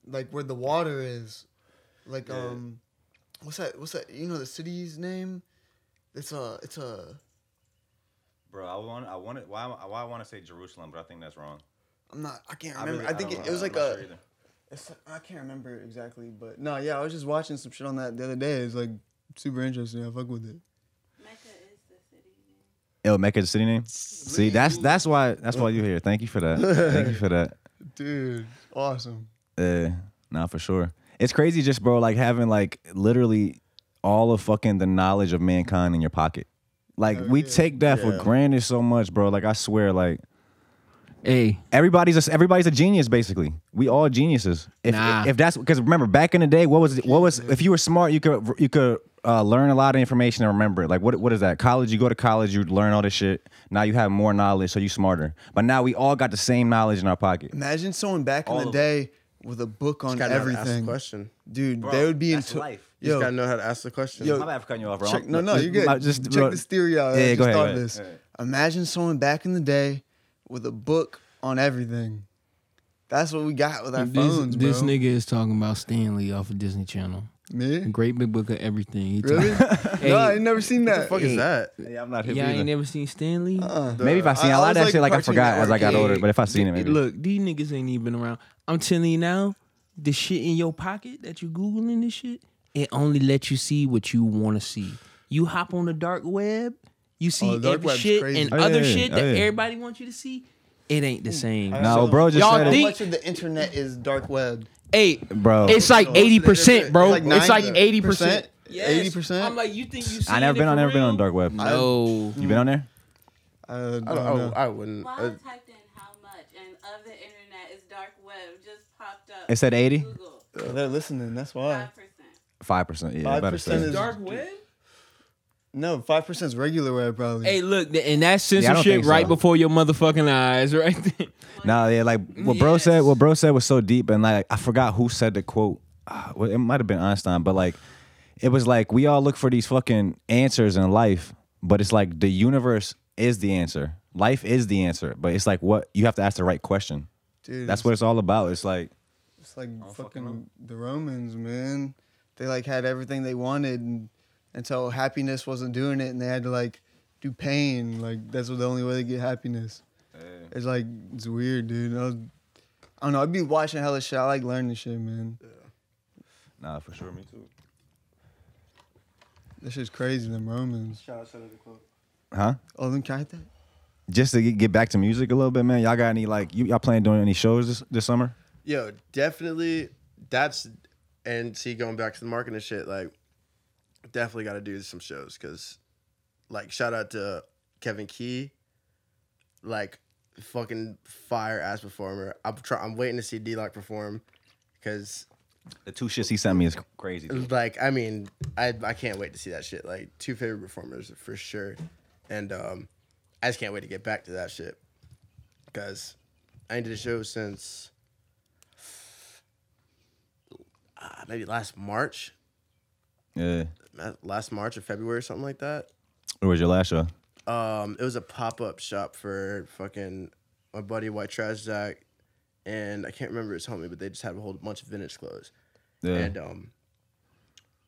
like where the water is. Like um what's that what's that you know the city's name? It's a it's a Bro, I want I want why why I want to say Jerusalem, but I think that's wrong. I'm not I can't remember. I, think it, it was like a It's, I can't remember exactly, but no, yeah, I was just watching some shit on that the other day. It's like super interesting. I fuck with it. Mecca is the city. El Mecca the city name. See, that's that's why that's why you're here. Thank you for that. Thank you for <laughs> that. Dude, awesome. Uh, nah, for sure. It's crazy, just bro, like having like literally all of fucking the knowledge of mankind in your pocket. Like we take that for Yeah. granted so much, bro. Like I swear, like Hey, everybody's a, everybody's a genius basically. We all geniuses. If Nah. if that's because remember back in the day, what was what was if you were smart, you could you could uh, learn a lot of information and remember it. Like what what is that? College, you go to college, you learn all this shit. Now you have more knowledge, so you smarter. But now we all got the same knowledge in our pocket. Imagine someone back All in the of day with a book on Gotta know how to ask the everything, question. dude. they would be in that's to- life. You just Yo, gotta know how to ask the question. Yo, My bad for cutting you off, bro. check, no, no, Just- you good. I Just bro, check this theory out. I Yeah, just go ahead, thought go of ahead. this. Imagine someone back in the day with a book on everything. That's what we got with our phones, this bro. nigga is talking about Stanley off of Disney Channel. Me? Great big book of everything. He talk- Really? <laughs> no, I ain't never seen what the that. fuck is that? Yeah, I'm not hip Yeah, I either. ain't never seen Stanley. Uh, Maybe if I seen I a lot of always that liked shit, like I Cartoon forgot as I got Network. older. But if I seen it, maybe. Look, these niggas ain't even around. I'm telling you now, the shit in your pocket that you googling this shit, it only lets you see what you want to see. You hop on the dark web, you see Oh, the dark every web's shit crazy. and Oh, yeah, other yeah, shit yeah. that Oh, yeah. everybody wants you to see. It ain't the same. no, bro, just Y'all said How think- it. much of the internet is dark web? Hey, Bro. it's Oh, like eighty percent, bro. It's It's like 90%. eighty percent. Eighty percent. I'm like, you think you? I never been on, I've never been on dark web. No, You been on there? I don't, I, don't, know. I, I wouldn't. Well, Uh, I typed in how much, and of the internet is dark web just popped up. It said 80? Google They're listening. That's why. five percent. Five percent. Yeah, I better 5% say. is- dark web. No, five percent is regular web probably. Hey, look, th- and that's I don't censorship think so. right before your motherfucking eyes, <laughs> right there. Nah, yeah, like what bro Yes. said. What bro said was so deep, and like I forgot who said the quote. Ah, well, It might have been Einstein, but like it was like we all look for these fucking answers in life, but it's like the universe is the answer. Life is the answer, but it's like what you have to ask the right question. Dude, That's what it's all about. It's like It's like fucking the Romans, man. They like had everything they wanted and, until happiness wasn't doing it, and they had to like do pain. Like that's the only way they get happiness. It's like it's weird, dude. I, was, I don't know. I'd be watching hella shit. I like learning shit, man. nah, for sure, me too. This shit's crazy. Them Romans. Huh? Oh, them can I hit that? Just to get- get back to music a little bit, man. Y'all got any like you, y'all planning doing any shows this, this summer? yo, definitely. That's and see going back to the marketing shit. Like, definitely got to do some shows because, like, shout out to Kevin Key. Like, fucking fire ass performer. I'm try- I'm waiting to see D Lock perform because The two shits he sent me is crazy. dude. like I mean I I can't wait to see that shit. Like two favorite performers for sure, and um I just can't wait to get back to that shit because I ain't did a show since uh, maybe last March, Yeah. uh, last March or February something like that. Where was your last show? Um, it was a pop up shop for fucking my buddy White Trash Zach, and I can't remember his homie, but they just had a whole bunch of vintage clothes. Yeah. And um,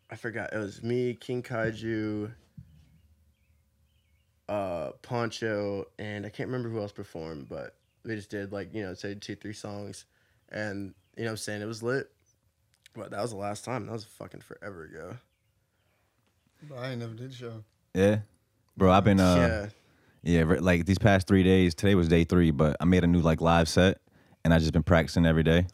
I forgot it was me, King Kaiju, uh, Poncho, and I can't remember who else performed, but we just did like you know say two three songs, and you know what I'm saying it was lit. But that was the last time. That was fucking forever ago. I ain't never did show. yeah. Bro, I've been uh yeah. Yeah, re- like these past three days. Today was day three, but I made a new like live set, and I just been practicing every day.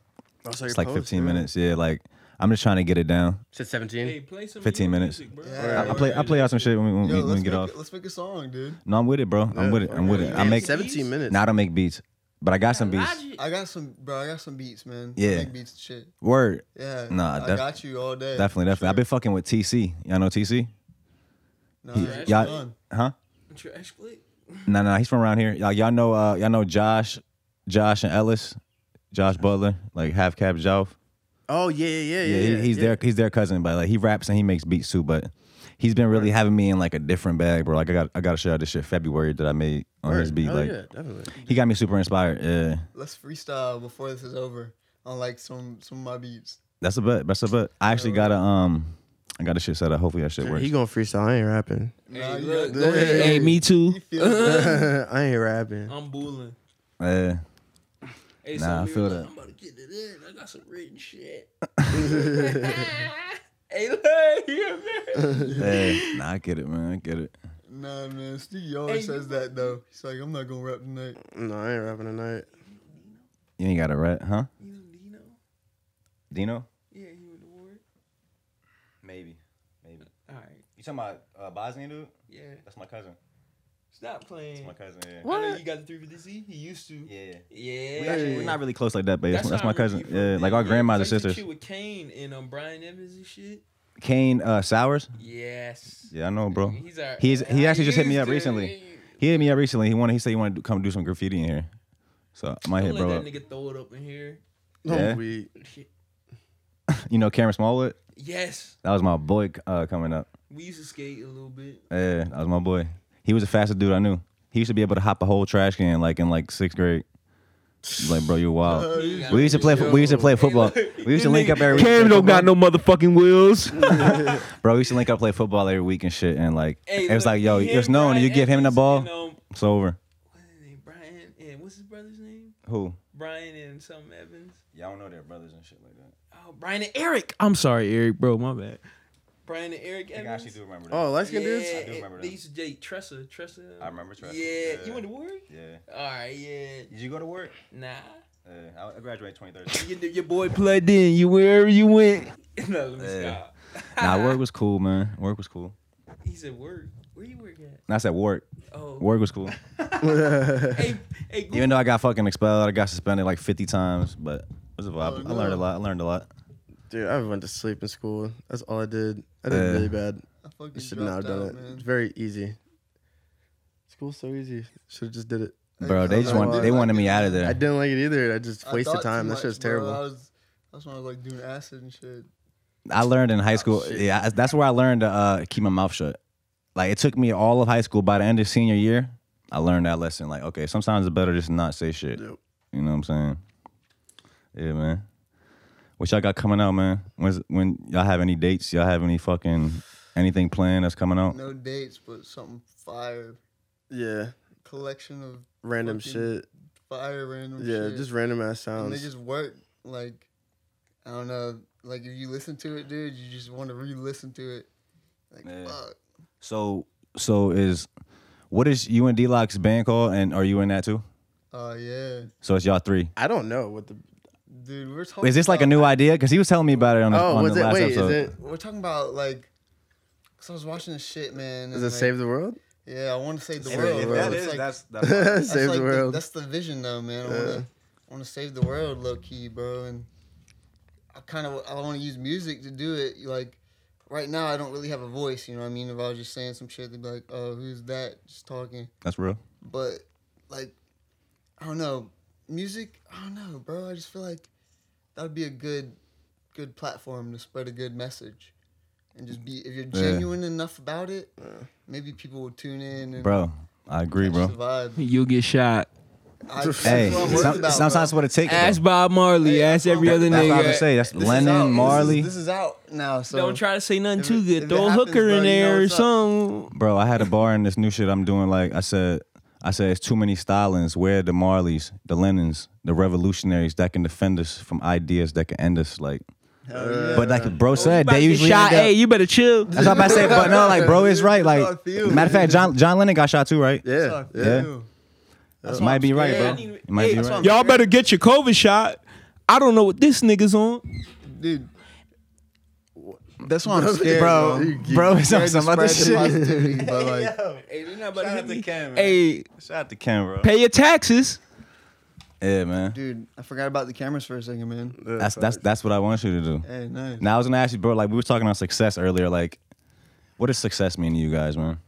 I saw It's your like post, 15 yeah. minutes. Yeah, like I'm just trying to get it down. Said 17. Hey, play 15 some 15 minutes. minutes. Music, bro. Yeah. I, I play. I play out some shit when we, when Yo, we- when let's, we get make, off. it- let's make a song, dude. No, I'm with it, bro. I'm with it. I'm with it. I make. 17 minutes. Now I don't make beats, but I got some beats. I got some, bro. I got some beats, man. Yeah. Big beats and shit. Word. Yeah. Nah, I def- got you all day. Definitely, definitely. I've been fucking with TC. Y'all know TC? Nah, He- it's y'all- done. huh? Trash clip. No, no, he's from around here. Y'all, y'all know, uh, y'all know Josh, Josh and Ellis, Josh Butler, like half cap Joff. Oh yeah, yeah, yeah. Yeah, yeah, he, he's yeah. their he's their cousin, but like he raps and he makes beats too. But he's been really having me in like a different bag, bro. Like I got I got to show out this shit February that I made on his Word. beat. Hell like yeah, definitely. he got me super inspired. Yeah, Let's freestyle before this is over on like some some of my beats. that's a bet. That's a bet. I actually got a um, I got a shit set up. Hopefully that shit works. He gonna freestyle. I ain't rapping. <laughs> Nah, you look, got- go ahead. Hey, me too. <laughs> You feel <laughs> it. I ain't rapping. I'm booling. Yeah, Hey, Nah, I Samir, feel look, that. I'm about to get it in. I got some written <laughs> shit. hey, look here, man. yeah. Nah, I get it, man. I get it. Nah, man. Stevie always says that though. He's like, I'm not gonna rap tonight. No, I ain't rapping tonight. You ain't got a rat, huh? You know Dino? Dino? Yeah, he won the award. Maybe, maybe. All right. You talking about uh, Bosnian dude? Yeah. That's my cousin. Stop playing. cousin. I know you got the 350Z. He used to. Yeah. Yeah. We actually, we're not really close like that, but that's, that's how I my remember cousin. you from. Yeah, like our you grandmother's used to sisters. shoot with Kane and um, Brian Evans and shit. Kane uh, Sowers. Yes. Yeah, I know, bro. He's our, He's he I actually just hit me used up to- recently. He hit me up recently. He wanted he said he wanted to come do some graffiti in here. So I might Don't hit let bro that up. nigga throw it up in here. Yeah. I'm weak. <laughs> You know Cameron Smallwood? Yes. That was my boy uh, coming up. We used to skate a little bit. Yeah, that was my boy. He was the fastest dude I knew. He used to be able to hop a whole trash can like in like sixth grade. Like bro, you wild. <laughs> We used to play. fo- We used to play football. We used to link up every. Cam don't got no motherfucking wheels. Bro, we used to link up play football every week and shit. And like, Hey, it was look, like, yo, hit it's known. Brian You give him the Evans ball, and, um, it's over. what's his name? Brian and what's his brother's name? Who? Brian and some Evans. Y'all don't know their brothers and shit like that. Oh, Brian and Eric. <laughs> I'm sorry, Eric, bro. My bad. Brian and Eric Evans. remember Oh, light Yeah, skin dudes. <laughs> I do remember they them. used to date Tressa. Tressa. I remember Tressa, Yeah, yeah. you went to work. Yeah. All right, yeah. Did you go to work? Nah. Uh, I graduated <laughs> 2013. Your, your boy plugged in. You wherever you went. no, let me Yeah. stop. nah, work was cool, man. Work was cool. <laughs> He said work. Where you work at? And I said work. Oh. Work was <laughs> cool. <laughs> Hey, hey, Google. Even though I got fucking expelled, I got suspended like 50 times, but it was a vibe. Oh, I learned no. a lot. I learned a lot. Dude, I went to sleep in school. That's all I did. I did Yeah. really bad. I I fucking should not have dropped done out, it. man. It's very easy. School's so easy. Should have just did it. Bro, they just want they wanted me out of I there. didn't like it either. I just I wasted thought too time. That much, shit's bro. terrible. I was, that's when I was like doing acid and shit. I learned in Oh, high school. yeah, I- that's where I learned to uh, keep my mouth shut. Like it took me all of high school. By the end of senior year, I learned that lesson. Like, okay, sometimes it's better just to not say shit. Yep. You know what I'm saying? Yeah, man. What y'all got coming out, man? When's, when y'all have any dates? Y'all have any fucking anything planned that's coming out? No dates, but something fire. yeah. Collection of Random Fucking shit. fire random Yeah, shit. just random ass and they sounds. just work like I don't know. Like if you listen to it, dude, you just want to re-listen to it. Like Yeah. fuck. So, so is what is you and D Lock's band called? And are you in that too? Oh yeah, So it's y'all three. I don't know what the. dude. We're talking. Is this like a about- new idea? Because he was telling me about it on the, Oh, on was the it? last Wait, episode. is it? We're talking about like. Cause I was watching this shit, man. and, Is it like, Save the World? Yeah, I want to save the If, world. if bro. that It's is, like- that's, <laughs> that's that's Save like the world. that's the vision now, man. I want to want to save the world, low key, bro. And I kind of I want to use music to do it. Like right now, I don't really have a voice. You know what I mean? If I was just saying some shit, they'd be like, "Oh, who's that? Just talking." that's real. But like, I don't know. Music, I don't know, bro. I just feel like that would be a good good platform to spread a good message. And just be if you're Yeah. genuine enough about it, maybe people will tune in and Bro, I agree, catch bro. the vibe. <laughs> You'll get shot. I, that's Hey, what I'm worried some, about, sometimes bro. what it takes. though. Ask Bob Marley. Hey, ask that's every what- other That's what I nigga. was gonna say. That's This is out. This Lennon, is- Marley. This is, out now, so Don't try to say nothing If it- too if good. it Throw a happens, hooker bro, in you know there or what's up. something. Bro, I had a bar and this new shit I'm doing. Like I said, I said it's too many stylings. Where the Marleys, the Lennons, the revolutionaries that can defend us from ideas that can end us. Like, but like bro said, Oh, About they to get usually shot. end up- Hey, you better chill. That's what I'm about to say. But no, like bro is right. That's how Like, I feel, matter of fact, John John Lennon got shot too, right? Yeah. Yeah. Yeah. That's why Might I'm be right, scared. bro. You might be that's right. what Y'all better get your COVID shot. I don't know what this nigga's on. dude. That's why I'm scared, Bro, bro. bro is on some other Spread the shit. <laughs> positivity, but like, Hey, they're not Shout out to Cam, man. Hey, Shout out to Ken, bro. pay your taxes. Yeah, man. dude, I forgot about the cameras for a second, man. That's that's that's what I want you to do. Hey, nice. Now I was gonna ask you, bro. Like we were talking about success earlier. Like, what does success mean to you guys, man?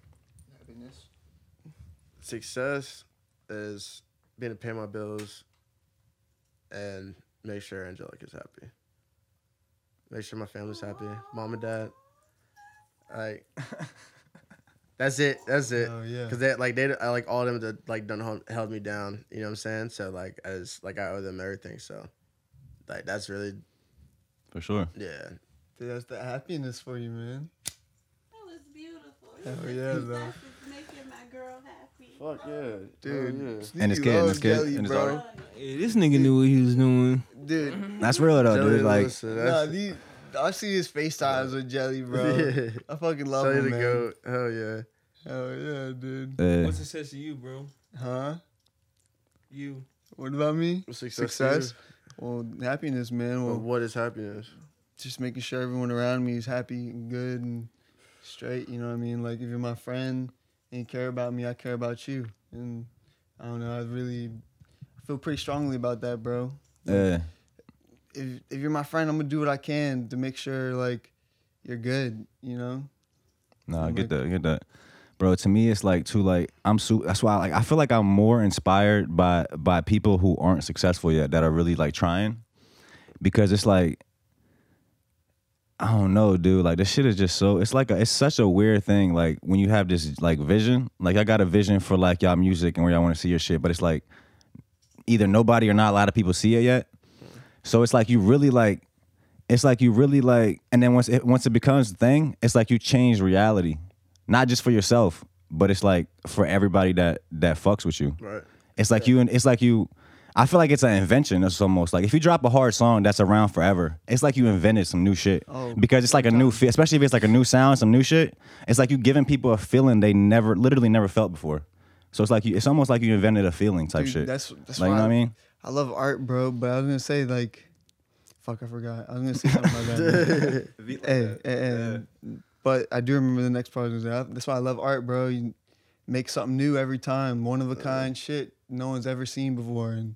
Success is being able to pay my bills and make sure Angelica's happy. Make sure my family's happy. Mom and dad. <laughs> Like that's it. That's it. Oh, yeah. Cause they like they I, like all of them that like done hel- held me down. You know what I'm saying? So like as like I owe them everything. So like that's really For sure. yeah. Dude, that's the happiness for you, man. That was beautiful. Hell yeah, though. That's just making my girl happy. yeah, Dude, And his Sneaky kid, and Love his kid, Jelly, and his bro. daughter. Hey, this nigga knew what he was doing. Dude, That's real though, Jelly Oh, dude. Like, Lewis, so nah, that's- these, I see his FaceTimes with Jelly, <laughs> bro. Yeah. I fucking love Jelly him, the man. goat. Hell yeah. Hell yeah, dude. uh, it says to you, bro? Huh? You. What about me? Success. Oh. Success? to Well, happiness, man. you? Well, What is happiness? just making sure everyone around me is happy and good and straight. You know what I mean? Like if you're my friend and you care about me, I care about you. And I don't know. I really feel pretty strongly about that, bro. uh, If if you're my friend, I'm gonna do what I can to make sure like you're good. You know? no, I I'm get like- that, I get that, bro. To me, it's like too like I'm su- That's why like I feel like I'm more inspired by by people who aren't successful yet that are really like trying, because it's like. I don't know, dude. Like this shit is just so. It's like a, it's such a weird thing. Like when you have this like vision. Like I got a vision for like y'all music and where y'all want to see your shit, but it's like either nobody or not a lot of people see it yet. So it's like you really like, it's like you really like, and then once it once it becomes a thing, it's like you change reality, not just for yourself, but it's like for everybody that that fucks with you. Right. It's like you and it's like you. I feel like it's an invention. It's almost like if you drop a hard song that's around forever, it's like you invented some new shit. Oh, because it's like a new, fe- especially if it's like a new sound, some new shit. It's like you giving people a feeling they never, literally never felt before. So it's like you, it's almost like you invented a feeling type Dude, shit. that's- that's like you why know what I I- mean. I love art, bro. But I was gonna say like, fuck, I forgot. I was gonna say something about that. man. hey, hey, hey. But I do remember the next part. was that- That's why I love art, bro. You make something new every time, one of a kind shit no one's ever seen before. And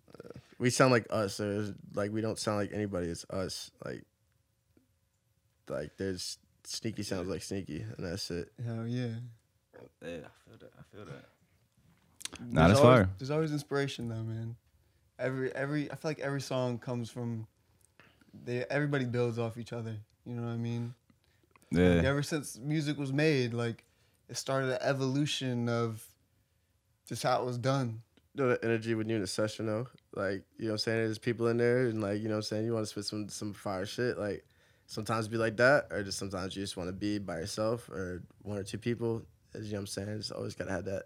we sound like us. There's like we don't sound like anybody. It's us. Like, like there's sneaky sounds like sneaky, and that's it. hell yeah, Nah, There's that's always, fire. There's always inspiration though, man. Every every I feel like every song comes from they everybody builds off each other. You know what I mean? Like, Yeah. ever since music was made, like it started an evolution of just how it was done. You know, the energy when you're in a session though. Like, you know what I'm saying? There's people in there and like, you know what I'm saying, you wanna spit some some fire shit. Like sometimes be like that, or just sometimes you just wanna be by yourself or one or two people. You know what I'm saying? Just always gotta have that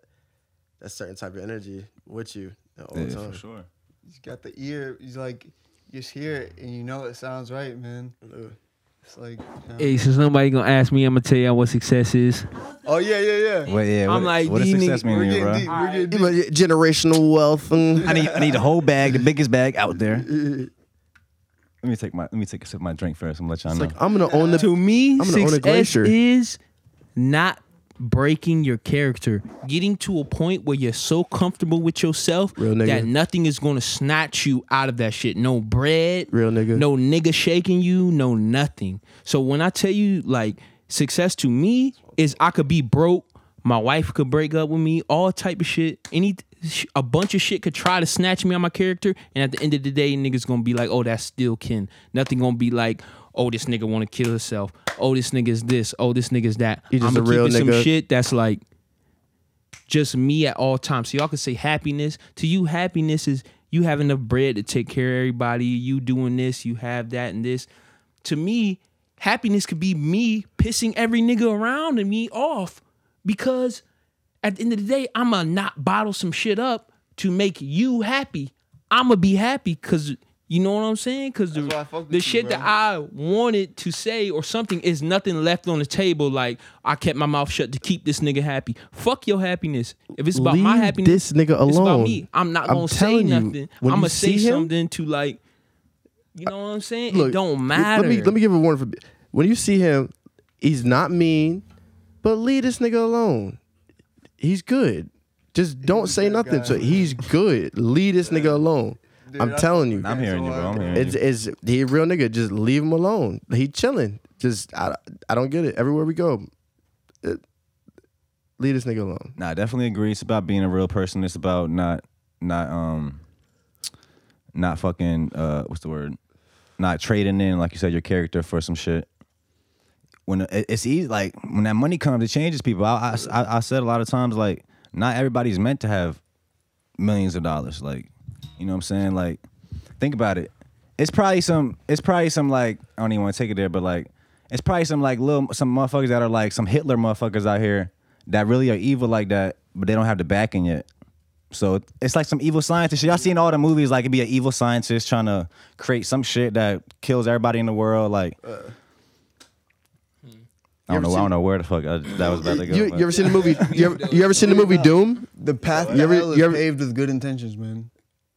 that certain type of energy with you all the Yeah, time. for sure. You got the ear. He's like, you just hear it and you know it sounds right, man. Ugh. It's like, you know. Hey, since nobody gonna ask me, I'm gonna tell y'all what success is. oh yeah, yeah, yeah. Wait, yeah. I'm what, like, what does these success niggas- mean We're to you, getting bro? deep. We're getting deep. Generational wealth and mm. I need, I need the whole bag, the biggest bag out there. let me take my, let me take a sip of my drink first and let y'all know. I'm gonna own To me, I'm gonna own a success glacier. is not breaking your character, getting to a point where you're so comfortable with yourself Real nigga. that nothing is gonna snatch you out of that shit. No bread, Real nigga. no nigga shaking you, no nothing. So when I tell you like success to me is I could be broke, my wife could break up with me, all type of shit, any sh- a bunch of shit could try to snatch me on my character, and at the end of the day, niggas gonna be like, oh, that's still kin. Nothing gonna be like. Oh, this nigga want to kill himself. Oh, this nigga is this. Oh, this nigga is that. You just I'ma a real keep it Some nigga. shit that's like just me at all times. So y'all can say happiness. To you, happiness is you have enough bread to take care of everybody. You doing this, you have that and this. To me, happiness could be me pissing every nigga around and me off because at the end of the day, I'ma not bottle some shit up to make you happy. I'ma be happy because you know what I'm saying? Because That's why I the, fuck with the you, shit bro. that I wanted to say or something is nothing left on the table. Like I kept my mouth shut to keep this nigga happy. Fuck your happiness. If it's about my Leave happiness, this nigga It's about alone. me. I'm not I'm gonna say telling you, nothing. when I'm you gonna say see him- something to like, you know what I'm saying? it don't let- matter. Let me let me give a warning for when you see him, he's not mean, but leave this nigga alone. He's good. Just don't say nothing. So he's good. Leave this nigga alone. I'm telling you. I'm hearing you, bro. I'm hearing It's, you. it's he a real nigga. Just leave him alone. He chilling. Just I, I don't get it. Everywhere we go, it- leave this nigga alone. Nah, I definitely agree. It's about being a real person. It's about not not um not fucking uh what's the word? Not trading in, like you said, your character for some shit. When it- it's easy, like when that money comes, it changes people. I I- I, I said a lot of times, like not everybody's meant to have millions of dollars. Like, you know what I'm saying? Like, think about it. It's probably some. It's probably some like I don't even want to take it there, but like it's probably some like little some motherfuckers that are like some Hitler motherfuckers out here that really are evil like that, but they don't have the backing yet. So it's like some evil scientist. shit. Y'all seen all the movies like it'd be an evil scientist trying to create some shit that kills everybody in the world. Like, I You ever don't know. I Uh. seen- don't know where the fuck I, that was <clears throat> about to go. You, but- you ever seen <laughs> the movie? You ever, you ever seen the movie Doom? The path You to ever- hell is you ever- paved with good intentions, man.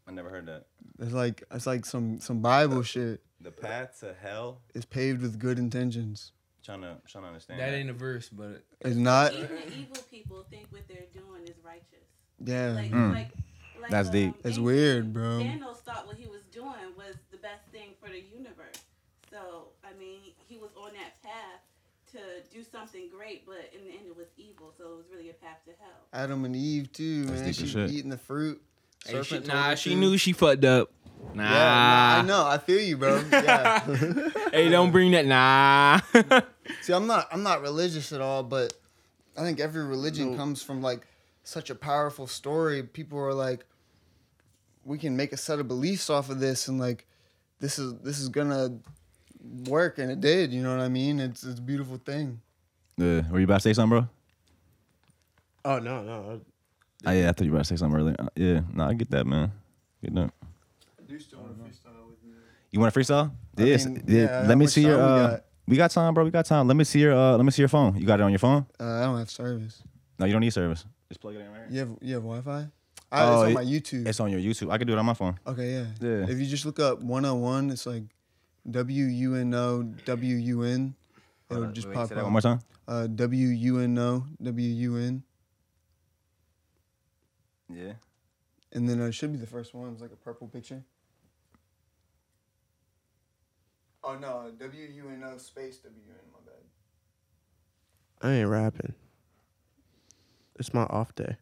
I never heard that. It's like it's like some some Bible shit The path to hell. is paved with good intentions. Trying to trying to understand. that ain't a verse, but It's not. Even evil people think what they're doing is righteous. Yeah, Like, like, like, Mm. That's um, deep. That's Thanos- Mm. weird, bro. Thanos thought what he was doing was the best thing for the universe. So I mean, he was on that path to do something great, but in the end, it was evil. So it was really a path to hell. Adam and Eve too, man. deep as She shit. eating the fruit. she, Serpent told nah, her she to. knew she fucked up. Nah, Yeah, nah, I know. I feel you, <laughs> bro. Yeah. hey, don't bring that. <laughs> Nah, See, I'm not. I'm not religious at all, but I think every religion comes from like such a powerful story. People are like, we can make a set of beliefs off of this, and like, this is this is gonna work, and it did. You know what I mean? It's it's a beautiful thing. Yeah. Were you about to say something, bro? Oh no no. Oh, yeah, I thought you were about to say something earlier. Uh, Yeah, no, I get that, man. Get that. You want a freestyle? Yes. mean, yeah, yeah, how let me much see your. time we Uh, got? we got time, bro. We got time. Let me see your. Uh, let me see your phone. You got it on your phone? Uh, I don't have service. No, you don't need service. Just plug it in right here. You have you have Wi-Fi? I, Oh, it's on it- my YouTube. It's on your YouTube. I can do it on my phone. Okay, yeah. Yeah. If you just look up 101, it's like W U N O W U N. It'll just pop One more up. time. Uh, W U N O W U N. Yeah. And then uh, it should be the first one. It's like a purple picture. Oh, no. W U N O space W U N, my bad. I ain't rapping. It's my off day.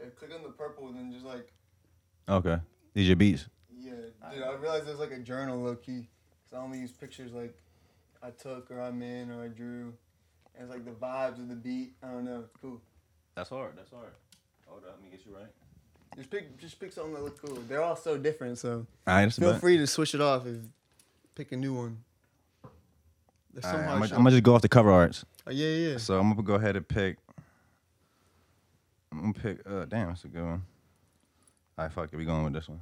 Yeah, click on the purple and then just like, Okay. These your beats. yeah. Dude, I realized there's like a journal low key. Because I only use pictures like I took or I'm in or I drew. And it's like the vibes of the beat. I don't know. It's cool. That's hard. That's hard. Hold up. Let me get you right. Just pick, just pick something that look cool. They're all so different, so All right. That's feel about- free to switch it off if pick a new one. There's All right, some I'm hard shit. gonna just go off the cover arts. Oh, yeah, yeah. yeah. So I'm gonna go ahead and pick. I'm gonna pick. Uh, damn, that's a good one. All right, fuck it. We going with this one.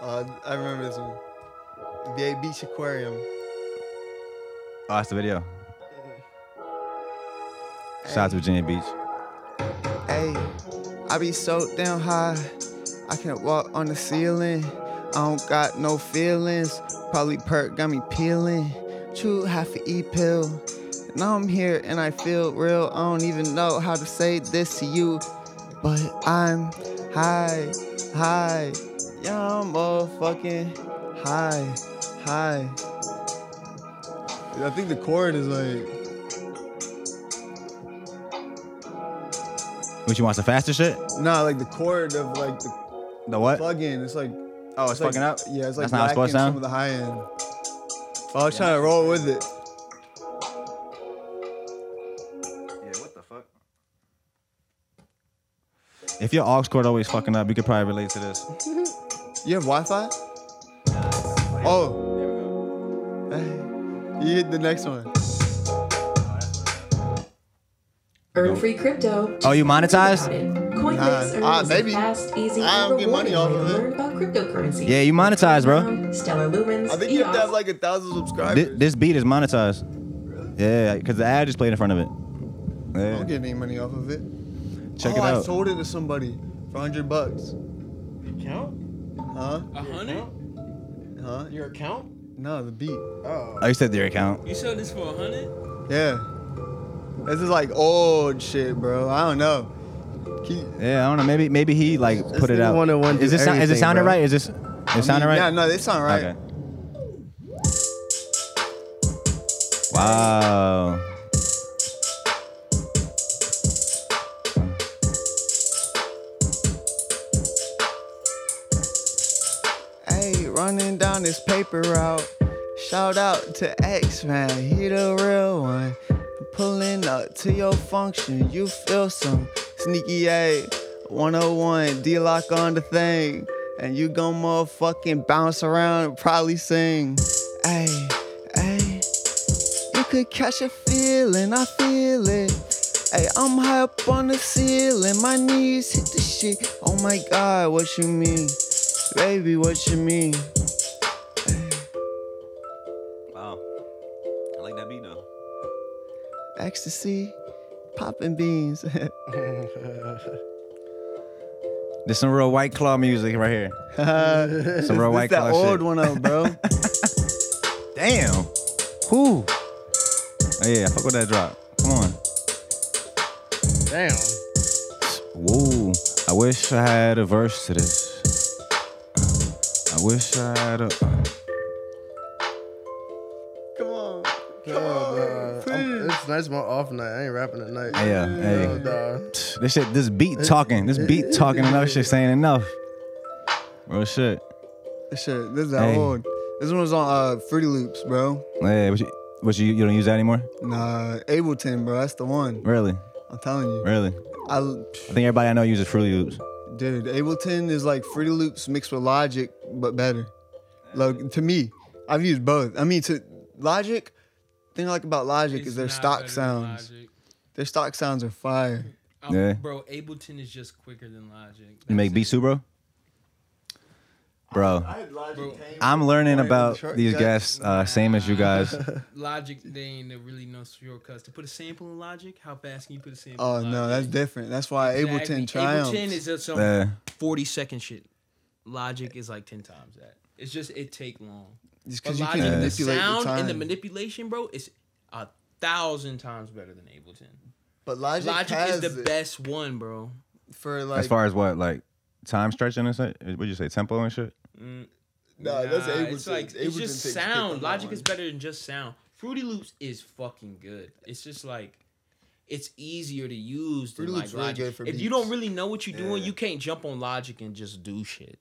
Uh, I remember this one. VA Beach Aquarium. Oh, that's the video. Shout out to Virginia Beach. Hey, I be so damn high. I can't walk on the ceiling. I don't got no feelings. Probably perk got me peeling. True half a E pill. Now I'm here and I feel real. I don't even know how to say this to you, but I'm high, high. Yeah, I'm motherfucking high, high. I think the chord is like What you want some faster shit? nah, like the chord of like the The what? plug in. It's like Oh, it's like- fucking up. Yeah, it's like That's not how it's supposed lacking to sound? some of the high end. I was trying to roll with it. Yeah, what the fuck? If your aux cord always fucking up, you could probably relate to this. You have Wi-Fi? Oh. <laughs> You hit the next one. Earn free crypto. Oh, you monetized? Coinbase Nah. Ah, earns maybe. a fast, easy, I don't get money rewarding off way of to it. learn about cryptocurrency. Yeah, you monetized, bro. Stellar Lumens. E I think you have to EOS, have like a thousand Thi- subscribers. this beat is monetized. Yeah, because the ad just played in front of it. I don't Yeah, get any money off of it. check oh, it I out. sold it to somebody for hundred bucks. Count? Huh? A hundred? Huh? Your account? No, the beat. Oh, you said their account. You sold this for a hundred? Yeah. This is like old shit, bro. I don't know. Keep, Yeah, I don't know. Maybe maybe he like put it nigga out. wanna- wanna Is do it sound, is it everything, sounding bro. right? Is this it sounding right? Yeah, no, they sound right. Okay. Wow. Hey, running down this paper route. Shout out to X Man, he the real one. Pulling up to your function, you feel some sneaky A 101 D lock on the thing, and you gon' motherfucking bounce around and probably sing. Hey, hey, you could catch a feeling, I feel it. Hey, I'm high up on the ceiling, my knees hit the shit. Oh my god, what you mean? Baby, what you mean? Wow. I like that beat though. Ecstasy, popping beans. <laughs> There's some real white claw music right <laughs> here. Some real White Claw that old shit. one though, bro. <laughs> Damn. Who? Oh, yeah, fuck with that drop. Come on. Damn. Whoa. I wish I had a verse to this. I wish I had a. uh, Come on. Come on, Uh, It's nice my off night. I ain't rapping at night. Yeah, hey. No, dawg. This shit, this Uh, beat talking, this beat talking enough shit saying enough. Real Oh, shit. Shit, this is that Hey. old. This one was on uh, Fruity Loops, bro. Yeah, what you, what you, you don't use that anymore? Nah, Ableton, bro. That's the one. Really? I'm telling you. Really? I, I think everybody I know uses Fruity Loops. dude, Ableton is like Fruity Loops mixed with Logic, but better. Like to me, I've used both. I mean, to Logic, thing I like about Logic is their stock sounds. Their stock sounds are fire. Yeah. Bro, Ableton is just quicker than Logic. You make beats too, bro? Bro, I had Logic Bro. I'm learning about shortcuts? these guests, uh, same as you <laughs> guys. Logic, they ain't no- really no shortcuts. To put a sample in Logic, how fast can you put a <laughs> sample? Oh in no, that's Logic? different. That's why Exactly. Ableton triumphs. Ableton is just some Yeah. forty second shit. Logic is like ten times that. It's just it take long. Just But because you Logic, can the manipulate the, sound time. and the manipulation, bro, is a thousand times better than Ableton. but Logic, Logic has is the it best one, bro. for like. as far as what, like time stretching and shit? Would you say tempo and shit? Nah, that's It's Ableton. like it's Ableton just takes the cake on sound. that Logic one. is better than just sound. Fruity Loops is fucking good. It's just like it's easier to use than Fruity like Loops really Logic. good for if you don't beats. really know what you're doing, you can't jump on Logic and just do shit.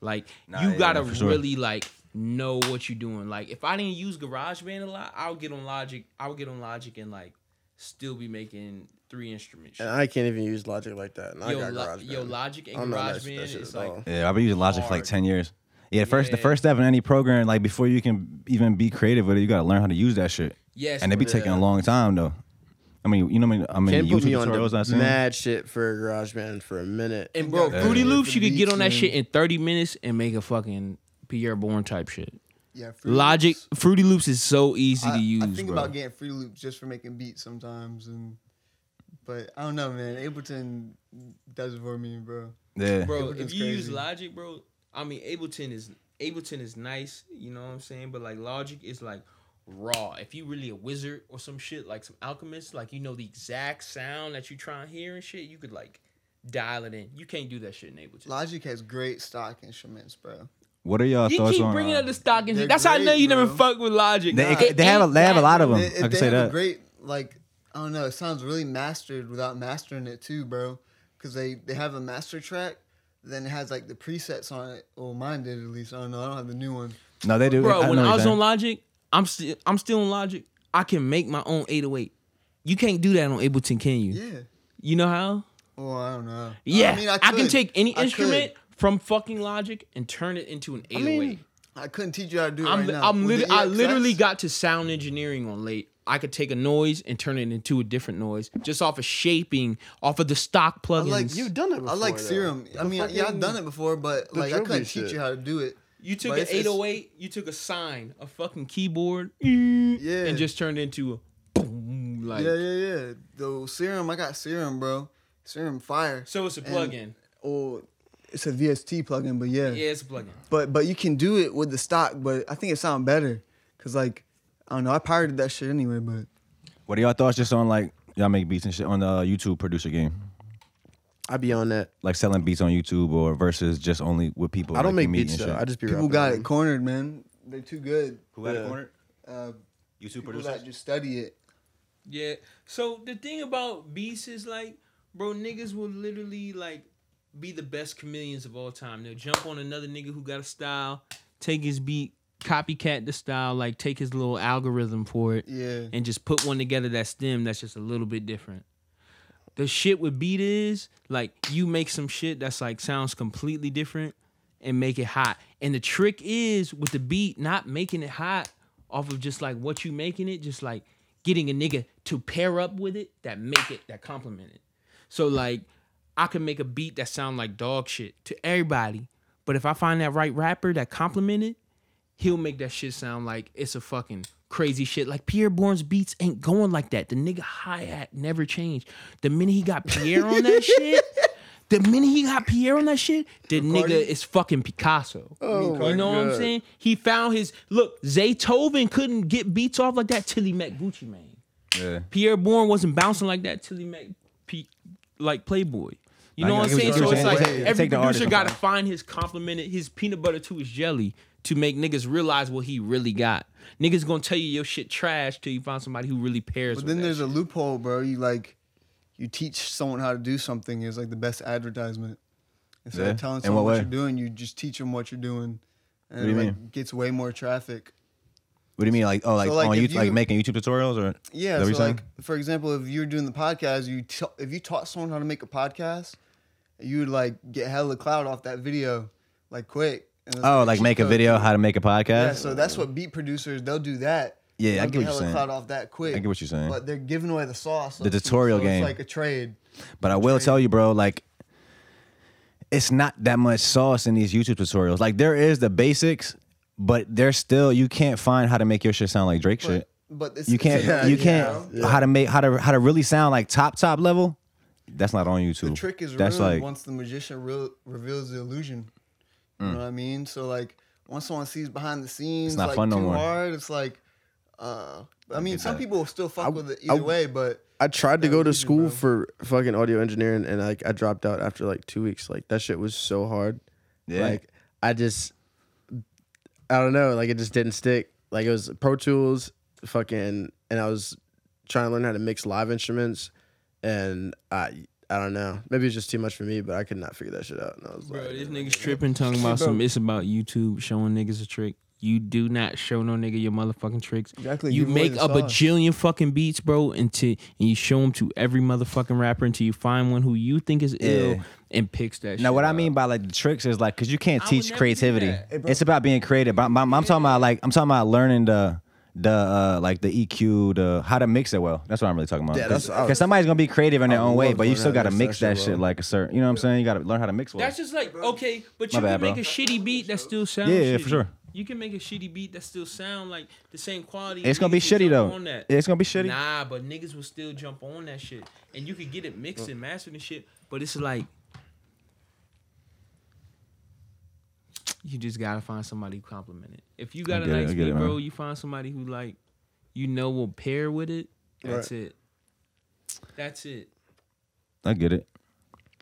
Like you yeah, gotta for sure. really like know what you're doing. Like if I didn't use GarageBand a lot, I'll get on Logic. I'll get on Logic and like still be making three instruments. And I can't even use Logic like that. And I Yo, got Lo- GarageBand. yo, Logic and I'm not nice at GarageBand that shit is at like- all. Yeah, I've been using Logic for like Hard. ten years. Yeah, first the Yeah. first step in any program, like before you can even be creative with it, you gotta learn how to use that shit. Yes, uh, and it be bro. taking a long time though. I mean, you know, what I mean, I mean, Can't put YouTube me on tutorials I've the seen. mad shit for GarageBand for a minute. And bro, Yeah. Fruity Yeah. Loops, you could get on that Beats, shit in 30 minutes and make a fucking Pierre Bourne type shit. Yeah, Fruity Logic, Loops. Fruity Loops is so easy I, to use, I think bro. about getting Fruity Loops just for making beats sometimes, and but I don't know, man. Ableton does it for me, bro. Yeah, bro, Ableton's if you use crazy. Logic, bro, I mean Ableton is Ableton is nice, you know what I'm saying? But like Logic is like raw. If you really a wizard or some shit, like some alchemist, like you know the exact sound that you trying to hear and shit, you could like dial it in. You can't do that shit in Ableton. Logic has great stock instruments, bro. What are y'all you thoughts keep on? bringing uh, up the stock and They're shit. That's how I know great, you never bro. fuck with Logic. they, It they have a ain't they have a lot of that. them. They- if I can they say have a that. great like I don't know. It sounds really mastered without mastering it too, bro. Because they they have a master track, then it has like the presets on it. Well, mine did at least. I don't know. I don't have the new one. no, they do. Bro, I when know I what was you're on Logic, I'm still I'm still on Logic. I can make my own 808. You can't do that on Ableton, can you? Yeah. You know how? Well, I don't know. Yeah, I, mean, can could. take any I could. instrument from fucking Logic and turn it into an 808. I couldn't teach you how to do it I'm, right now. I'm With lit- the E I literally EXS, got to sound engineering on late. I could take a noise and turn it into a different noise just off of shaping, off of the stock I plugins. like you've done it. Before, I like though. serum. I The mean, yeah, I've fucking- done it before, but the like I dribbly couldn't shit. teach you how to do it. You took But an it's- it's- 808, you took a sign, a fucking keyboard, Yeah. and just turned it into a boom. Like, yeah, yeah, yeah. The serum, I got serum, bro. Serum fire. so it's a And- plugin. Or it's a VST plugin, but yeah. Yeah, it's a plugin. But but you can do it with the stock, but I think it sound better. Cause like I don't know, I pirated that shit anyway, but What are y'all thoughts just on like y'all make beats and shit on the YouTube producer game? I be on that. Like selling beats on YouTube or versus just only with people. I don't like, you make meet beats and though. shit. I just be people rapping. got it cornered, man. They're too good. Who had Yeah. a corner? Uh, YouTube people producers. that just study it. Yeah. So the thing about beasts is like, bro, niggas will literally like be the best chameleons of all time. They'll jump on another nigga who got a style, take his beat, copycat the style, like take his little algorithm for it, Yeah. and just put one together that's them that's just a little bit different. The shit with beat is like you make some shit that's like sounds completely different and make it hot. And the trick is with the beat, not making it hot off of just like what you making it, just like getting a nigga to pair up with it that make it that complement it. So like I can make a beat that sound like dog shit to everybody, but if I find that right rapper that complement it, he'll make that shit sound like it's a fucking crazy shit. Like Pierre Bourne's beats ain't going like that. The nigga hi hat never changed. The minute he got Pierre on that shit, the minute he got Pierre on that shit, the nigga is fucking Picasso. you know what I'm saying? He found his look. Zaytoven couldn't get beats off like that till he met Gucci Mane. Yeah. Pierre Bourne wasn't bouncing like that till he met P- like Playboy. You know Like, what it I'm was saying? just So it's like like, take- every take the producer artist got to apart. find his compliment, his peanut butter to his jelly to make niggas realize what he really got. Niggas gonna tell you your shit trash till you find somebody who really pairs. But with then that there's a loophole, bro. You like you teach someone how to do something is like the best advertisement. Instead Yeah? of telling In someone what what, way? you're doing, you just teach them what you're doing. What And do you it like mean? gets way more traffic. What do you mean? Like oh, like, like, on if YouTube, like you- making YouTube tutorials or Is Yeah, that what so you're saying? like for example, if you were doing the podcast, you t- if you taught someone how to make a podcast, you would like get hella cloud off that video, like quick. And it's oh, a like cheat make a code video too. how to make a podcast. Yeah, so that's what beat producers they'll do that. Yeah, I get They'll what you're hella saying. cloud off that quick. I get what you're saying. But they're giving away the sauce. The tutorial so game. It's like a trade. But I will tell you, bro, like it's not that much sauce in these YouTube tutorials. Like there is the basics, but there's still you can't find how to make your shit sound like Drake shit. But it's, You can't it's- you <laughs> yeah. can't how to make how to how to really sound like top top level. That's not on YouTube. The trick is that's ruined like once the magician real, reveals the illusion. You know what I mean? So like once someone sees behind the scenes, Mm. not like fun no too more. hard, it's like, uh, I mean, get some that. people will still fuck I- with it I- either way, but I tried to go to illusion, school bro. for fucking audio engineering, and like I dropped out after like two weeks. Like that shit was so hard. Yeah. Like I just, I don't know. Like it just didn't stick. Like it was Pro Tools, fucking, and I was trying to learn how to mix live instruments, and I, I don't know. Maybe it's just too much for me, but I could not figure that shit out. And I was Bro, like, this nigga's tripping, talking about Bro. some. It's about YouTube showing niggas a trick. You do not show no nigga your motherfucking tricks. Exactly, You give 'em away make the a sauce. bajillion fucking beats, bro, until and you show them to every motherfucking rapper until you find one who you think is ill Yeah. and picks that. Now, shit what I up. mean by like the tricks is like because you can't I would teach never do creativity. that. it's about being creative. But I'm, I'm, I'm talking about like I'm talking about learning the the uh, like the EQ, the how to mix it well. That's what I'm really talking about. Yeah, that's- I because was- somebody's gonna be creative in their I own way, love but you learning still how gotta to mix mix that that shit shit well. like a certain. You know what I'm saying? You gotta learn how to mix well. That's just like okay, but My you bad, can make bro. a shitty beat that still sounds. Yeah, yeah, shitty. for sure. You can make a shitty beat that still sound like the same quality. It's and gonna be niggas will shitty jump though. on that. It's gonna be shitty. Nah, but niggas will still jump on that shit, and you could get it mixed and mastered and shit. But it's like you just gotta find somebody who compliment it. If you got a get it, nice I get beat, it, bro, man. you find somebody who like you know will pair with it. That's it. That's it. I get it.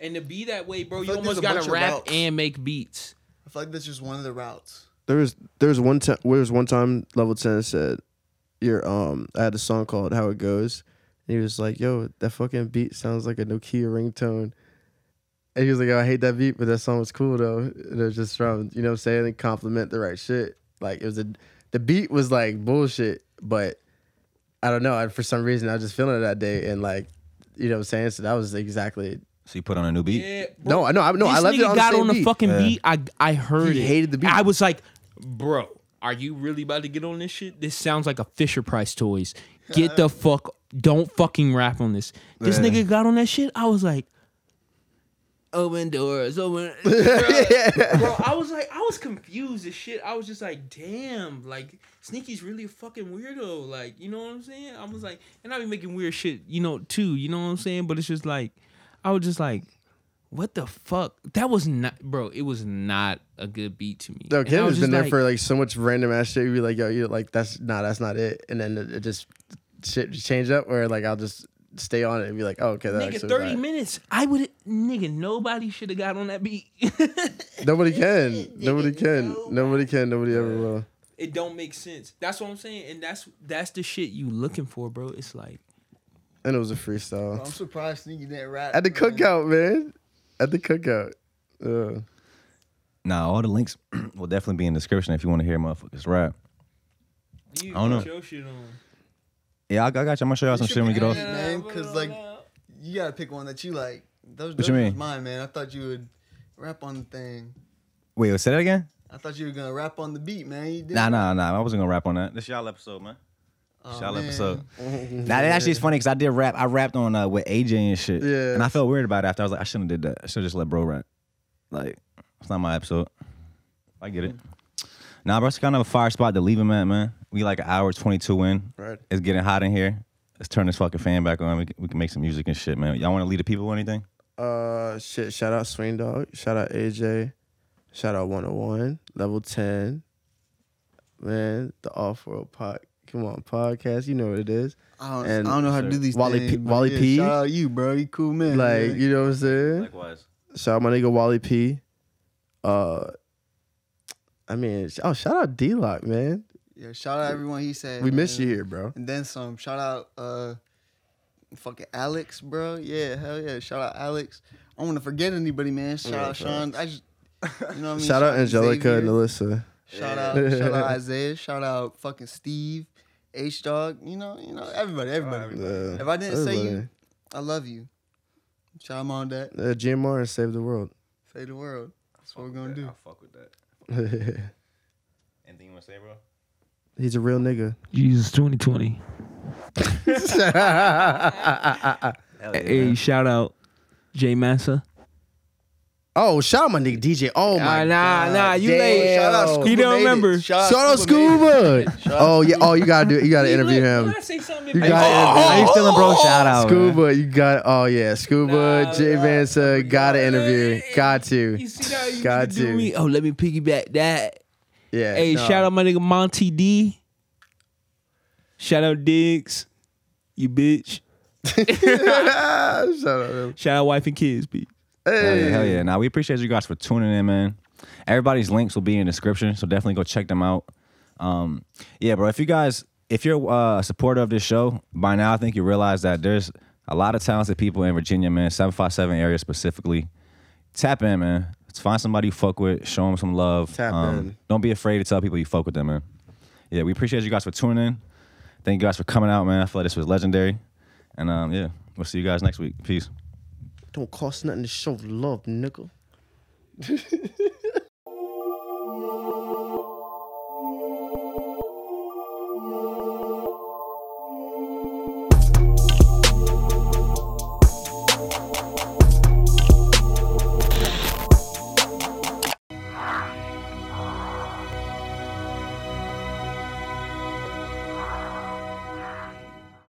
And to be that way, bro, I feel you like there's almost a bunch gotta of rap routes. and make beats. I feel like that's just one of the routes. There was there was one time there was one time level ten said your um I had a song called How It Goes and he was like, Yo, that fucking beat sounds like a Nokia ringtone. And he was like, "Oh, I hate that beat, but that song was cool though. And it was just from you know what I'm saying, and compliment the right shit. Like it was a the beat was like bullshit, but I don't know. I, for some reason I was just feeling it that day and like you know what I'm saying? So that was exactly So you put on a new beat. Yeah, bro. No, I know I no, this I left nigga it on got the, same on the beat. fucking beat. I I heard He it. hated the beat. I was like, bro, are you really about to get on this shit? This sounds like a Fisher Price toys. <laughs> Get the fuck. Don't fucking rap on this. This Yeah. nigga got on that shit. I was like, open doors, <laughs> open. bro, bro, I was like, I was confused as shit. I was just like, damn, like Sneaky's really a fucking weirdo. Like, you know what I'm saying? I was like, and I be making weird shit, you know, too. You know what I'm saying? But it's just like, I was just like, what the fuck? That was not, bro. It was not a good beat to me. No, And Kim I was has been just there like- for like so much random ass shit. You'd be like, yo, you like that's nah, that's not it. And then it, it just shit just changed up where like I'll just stay on it and be like, oh, okay, that's nigga thirty minutes. I would nigga. Nobody should have got on that beat. <laughs> Nobody can. Nobody can. Nobody. Nobody can. Nobody ever will. it don't make sense. That's what I'm saying, and that's that's the shit you looking for, bro. It's like And it was a I'm freestyle. surprised Sneaky didn't rap At the man. cookout, man. At the cookout. Uh, Nah, all the links <clears throat> will definitely be in the description if you want to hear motherfuckers rap. you I don't know. put your shit on. Yeah, I, I got you. I'm gonna show y'all some shit when we get off. Yeah, man, 'cause, like, You gotta pick one that you like. Those, What those you was mean? mine, man. I thought you would rap on the thing. Wait, say that again? I thought you were gonna rap on the beat, man. You didn't. Nah, nah, nah. I wasn't gonna rap on that. This y'all episode, man. Aw, Y'all Oh, man. episode. Now that actually is funny because I did rap. I rapped on uh, with AJ and shit. Yeah. And I felt weird about it after. I was like, I shouldn't have did that. I should have just let bro rap. Like, it's not my episode. I get it. Nah, bro, it's kind of a fire spot to leave him at, man. We like an hour 22 in. Right. It's getting hot in here. Let's turn this fucking fan back on. We can, we can make some music and shit, man. Y'all want to lead the people or anything? Uh, shit. Shout out Swing Dog. Oh, Shout out AJ. Shout out 101. Level 10. Man, the Off World Pod. Come on, podcast. You know what it is. I don't, And- I don't know how to do these Wally P- things. but Wally yeah, P? Shout out you, bro. You cool man. Like, man. you know what I'm saying? Likewise. Shout out my nigga Wally P. Uh, I mean, sh- oh, shout out D Lock, man. yeah, shout out everyone he said. We miss man. you here, bro. And then some. Shout out uh fucking Alex, bro. Yeah, hell yeah. Shout out Alex. I don't wanna forget anybody, man. Shout Yeah, out Sean. I just you know what I mean? Shout out Angelica Xavier. and Alyssa. Shout out shout <laughs> out Isaiah. Shout out fucking Steve. H Dog. You know, you know, everybody, everybody. Uh, If I didn't say you, I love you. Shout out on that. uh, GMR and Save the World. Say the world. That's what we're gonna do. fuck with that. He's Anything you want to say, bro? a real nigga. Jesus, 2020. Hey, shout out J Massa. oh, shout out my nigga DJ. Oh my, nah, nah, you damn. late. Shout out Scuba You don't made it. remember. Shout shout out <laughs> Scuba. Oh yeah, oh you gotta do it. You gotta interview him. say something? You gotta How you interview. feeling, bro? Shout out. man. Scuba, you got oh yeah, Scuba, Nah, J nah. Vansa, gotta interview, got You to, see how you got need to do to, me? Oh, let me piggyback that. yeah. Hey, no. shout out my nigga Monty D. Shout out Diggs, you bitch. <laughs> shout out him. Shout out wife and kids, bitch. Hell yeah, hell yeah. Now we appreciate you guys for tuning in, man. Everybody's links will be in the description, so definitely go check them out. Um, yeah, bro. If you guys, if you're uh, a supporter of this show by now, I think you realize that there's a lot of talented people in Virginia, man. Seven five seven area specifically. Tap in, man. Let's find somebody you fuck with. Show them some love. Um, Tap in. Don't be afraid to tell people you fuck with them, man. Yeah, we appreciate you guys for tuning in. Thank you guys for coming out, man. I feel like this was legendary. And um, yeah, we'll see you guys next week. Peace. Don't cost nothing to show love, nigga.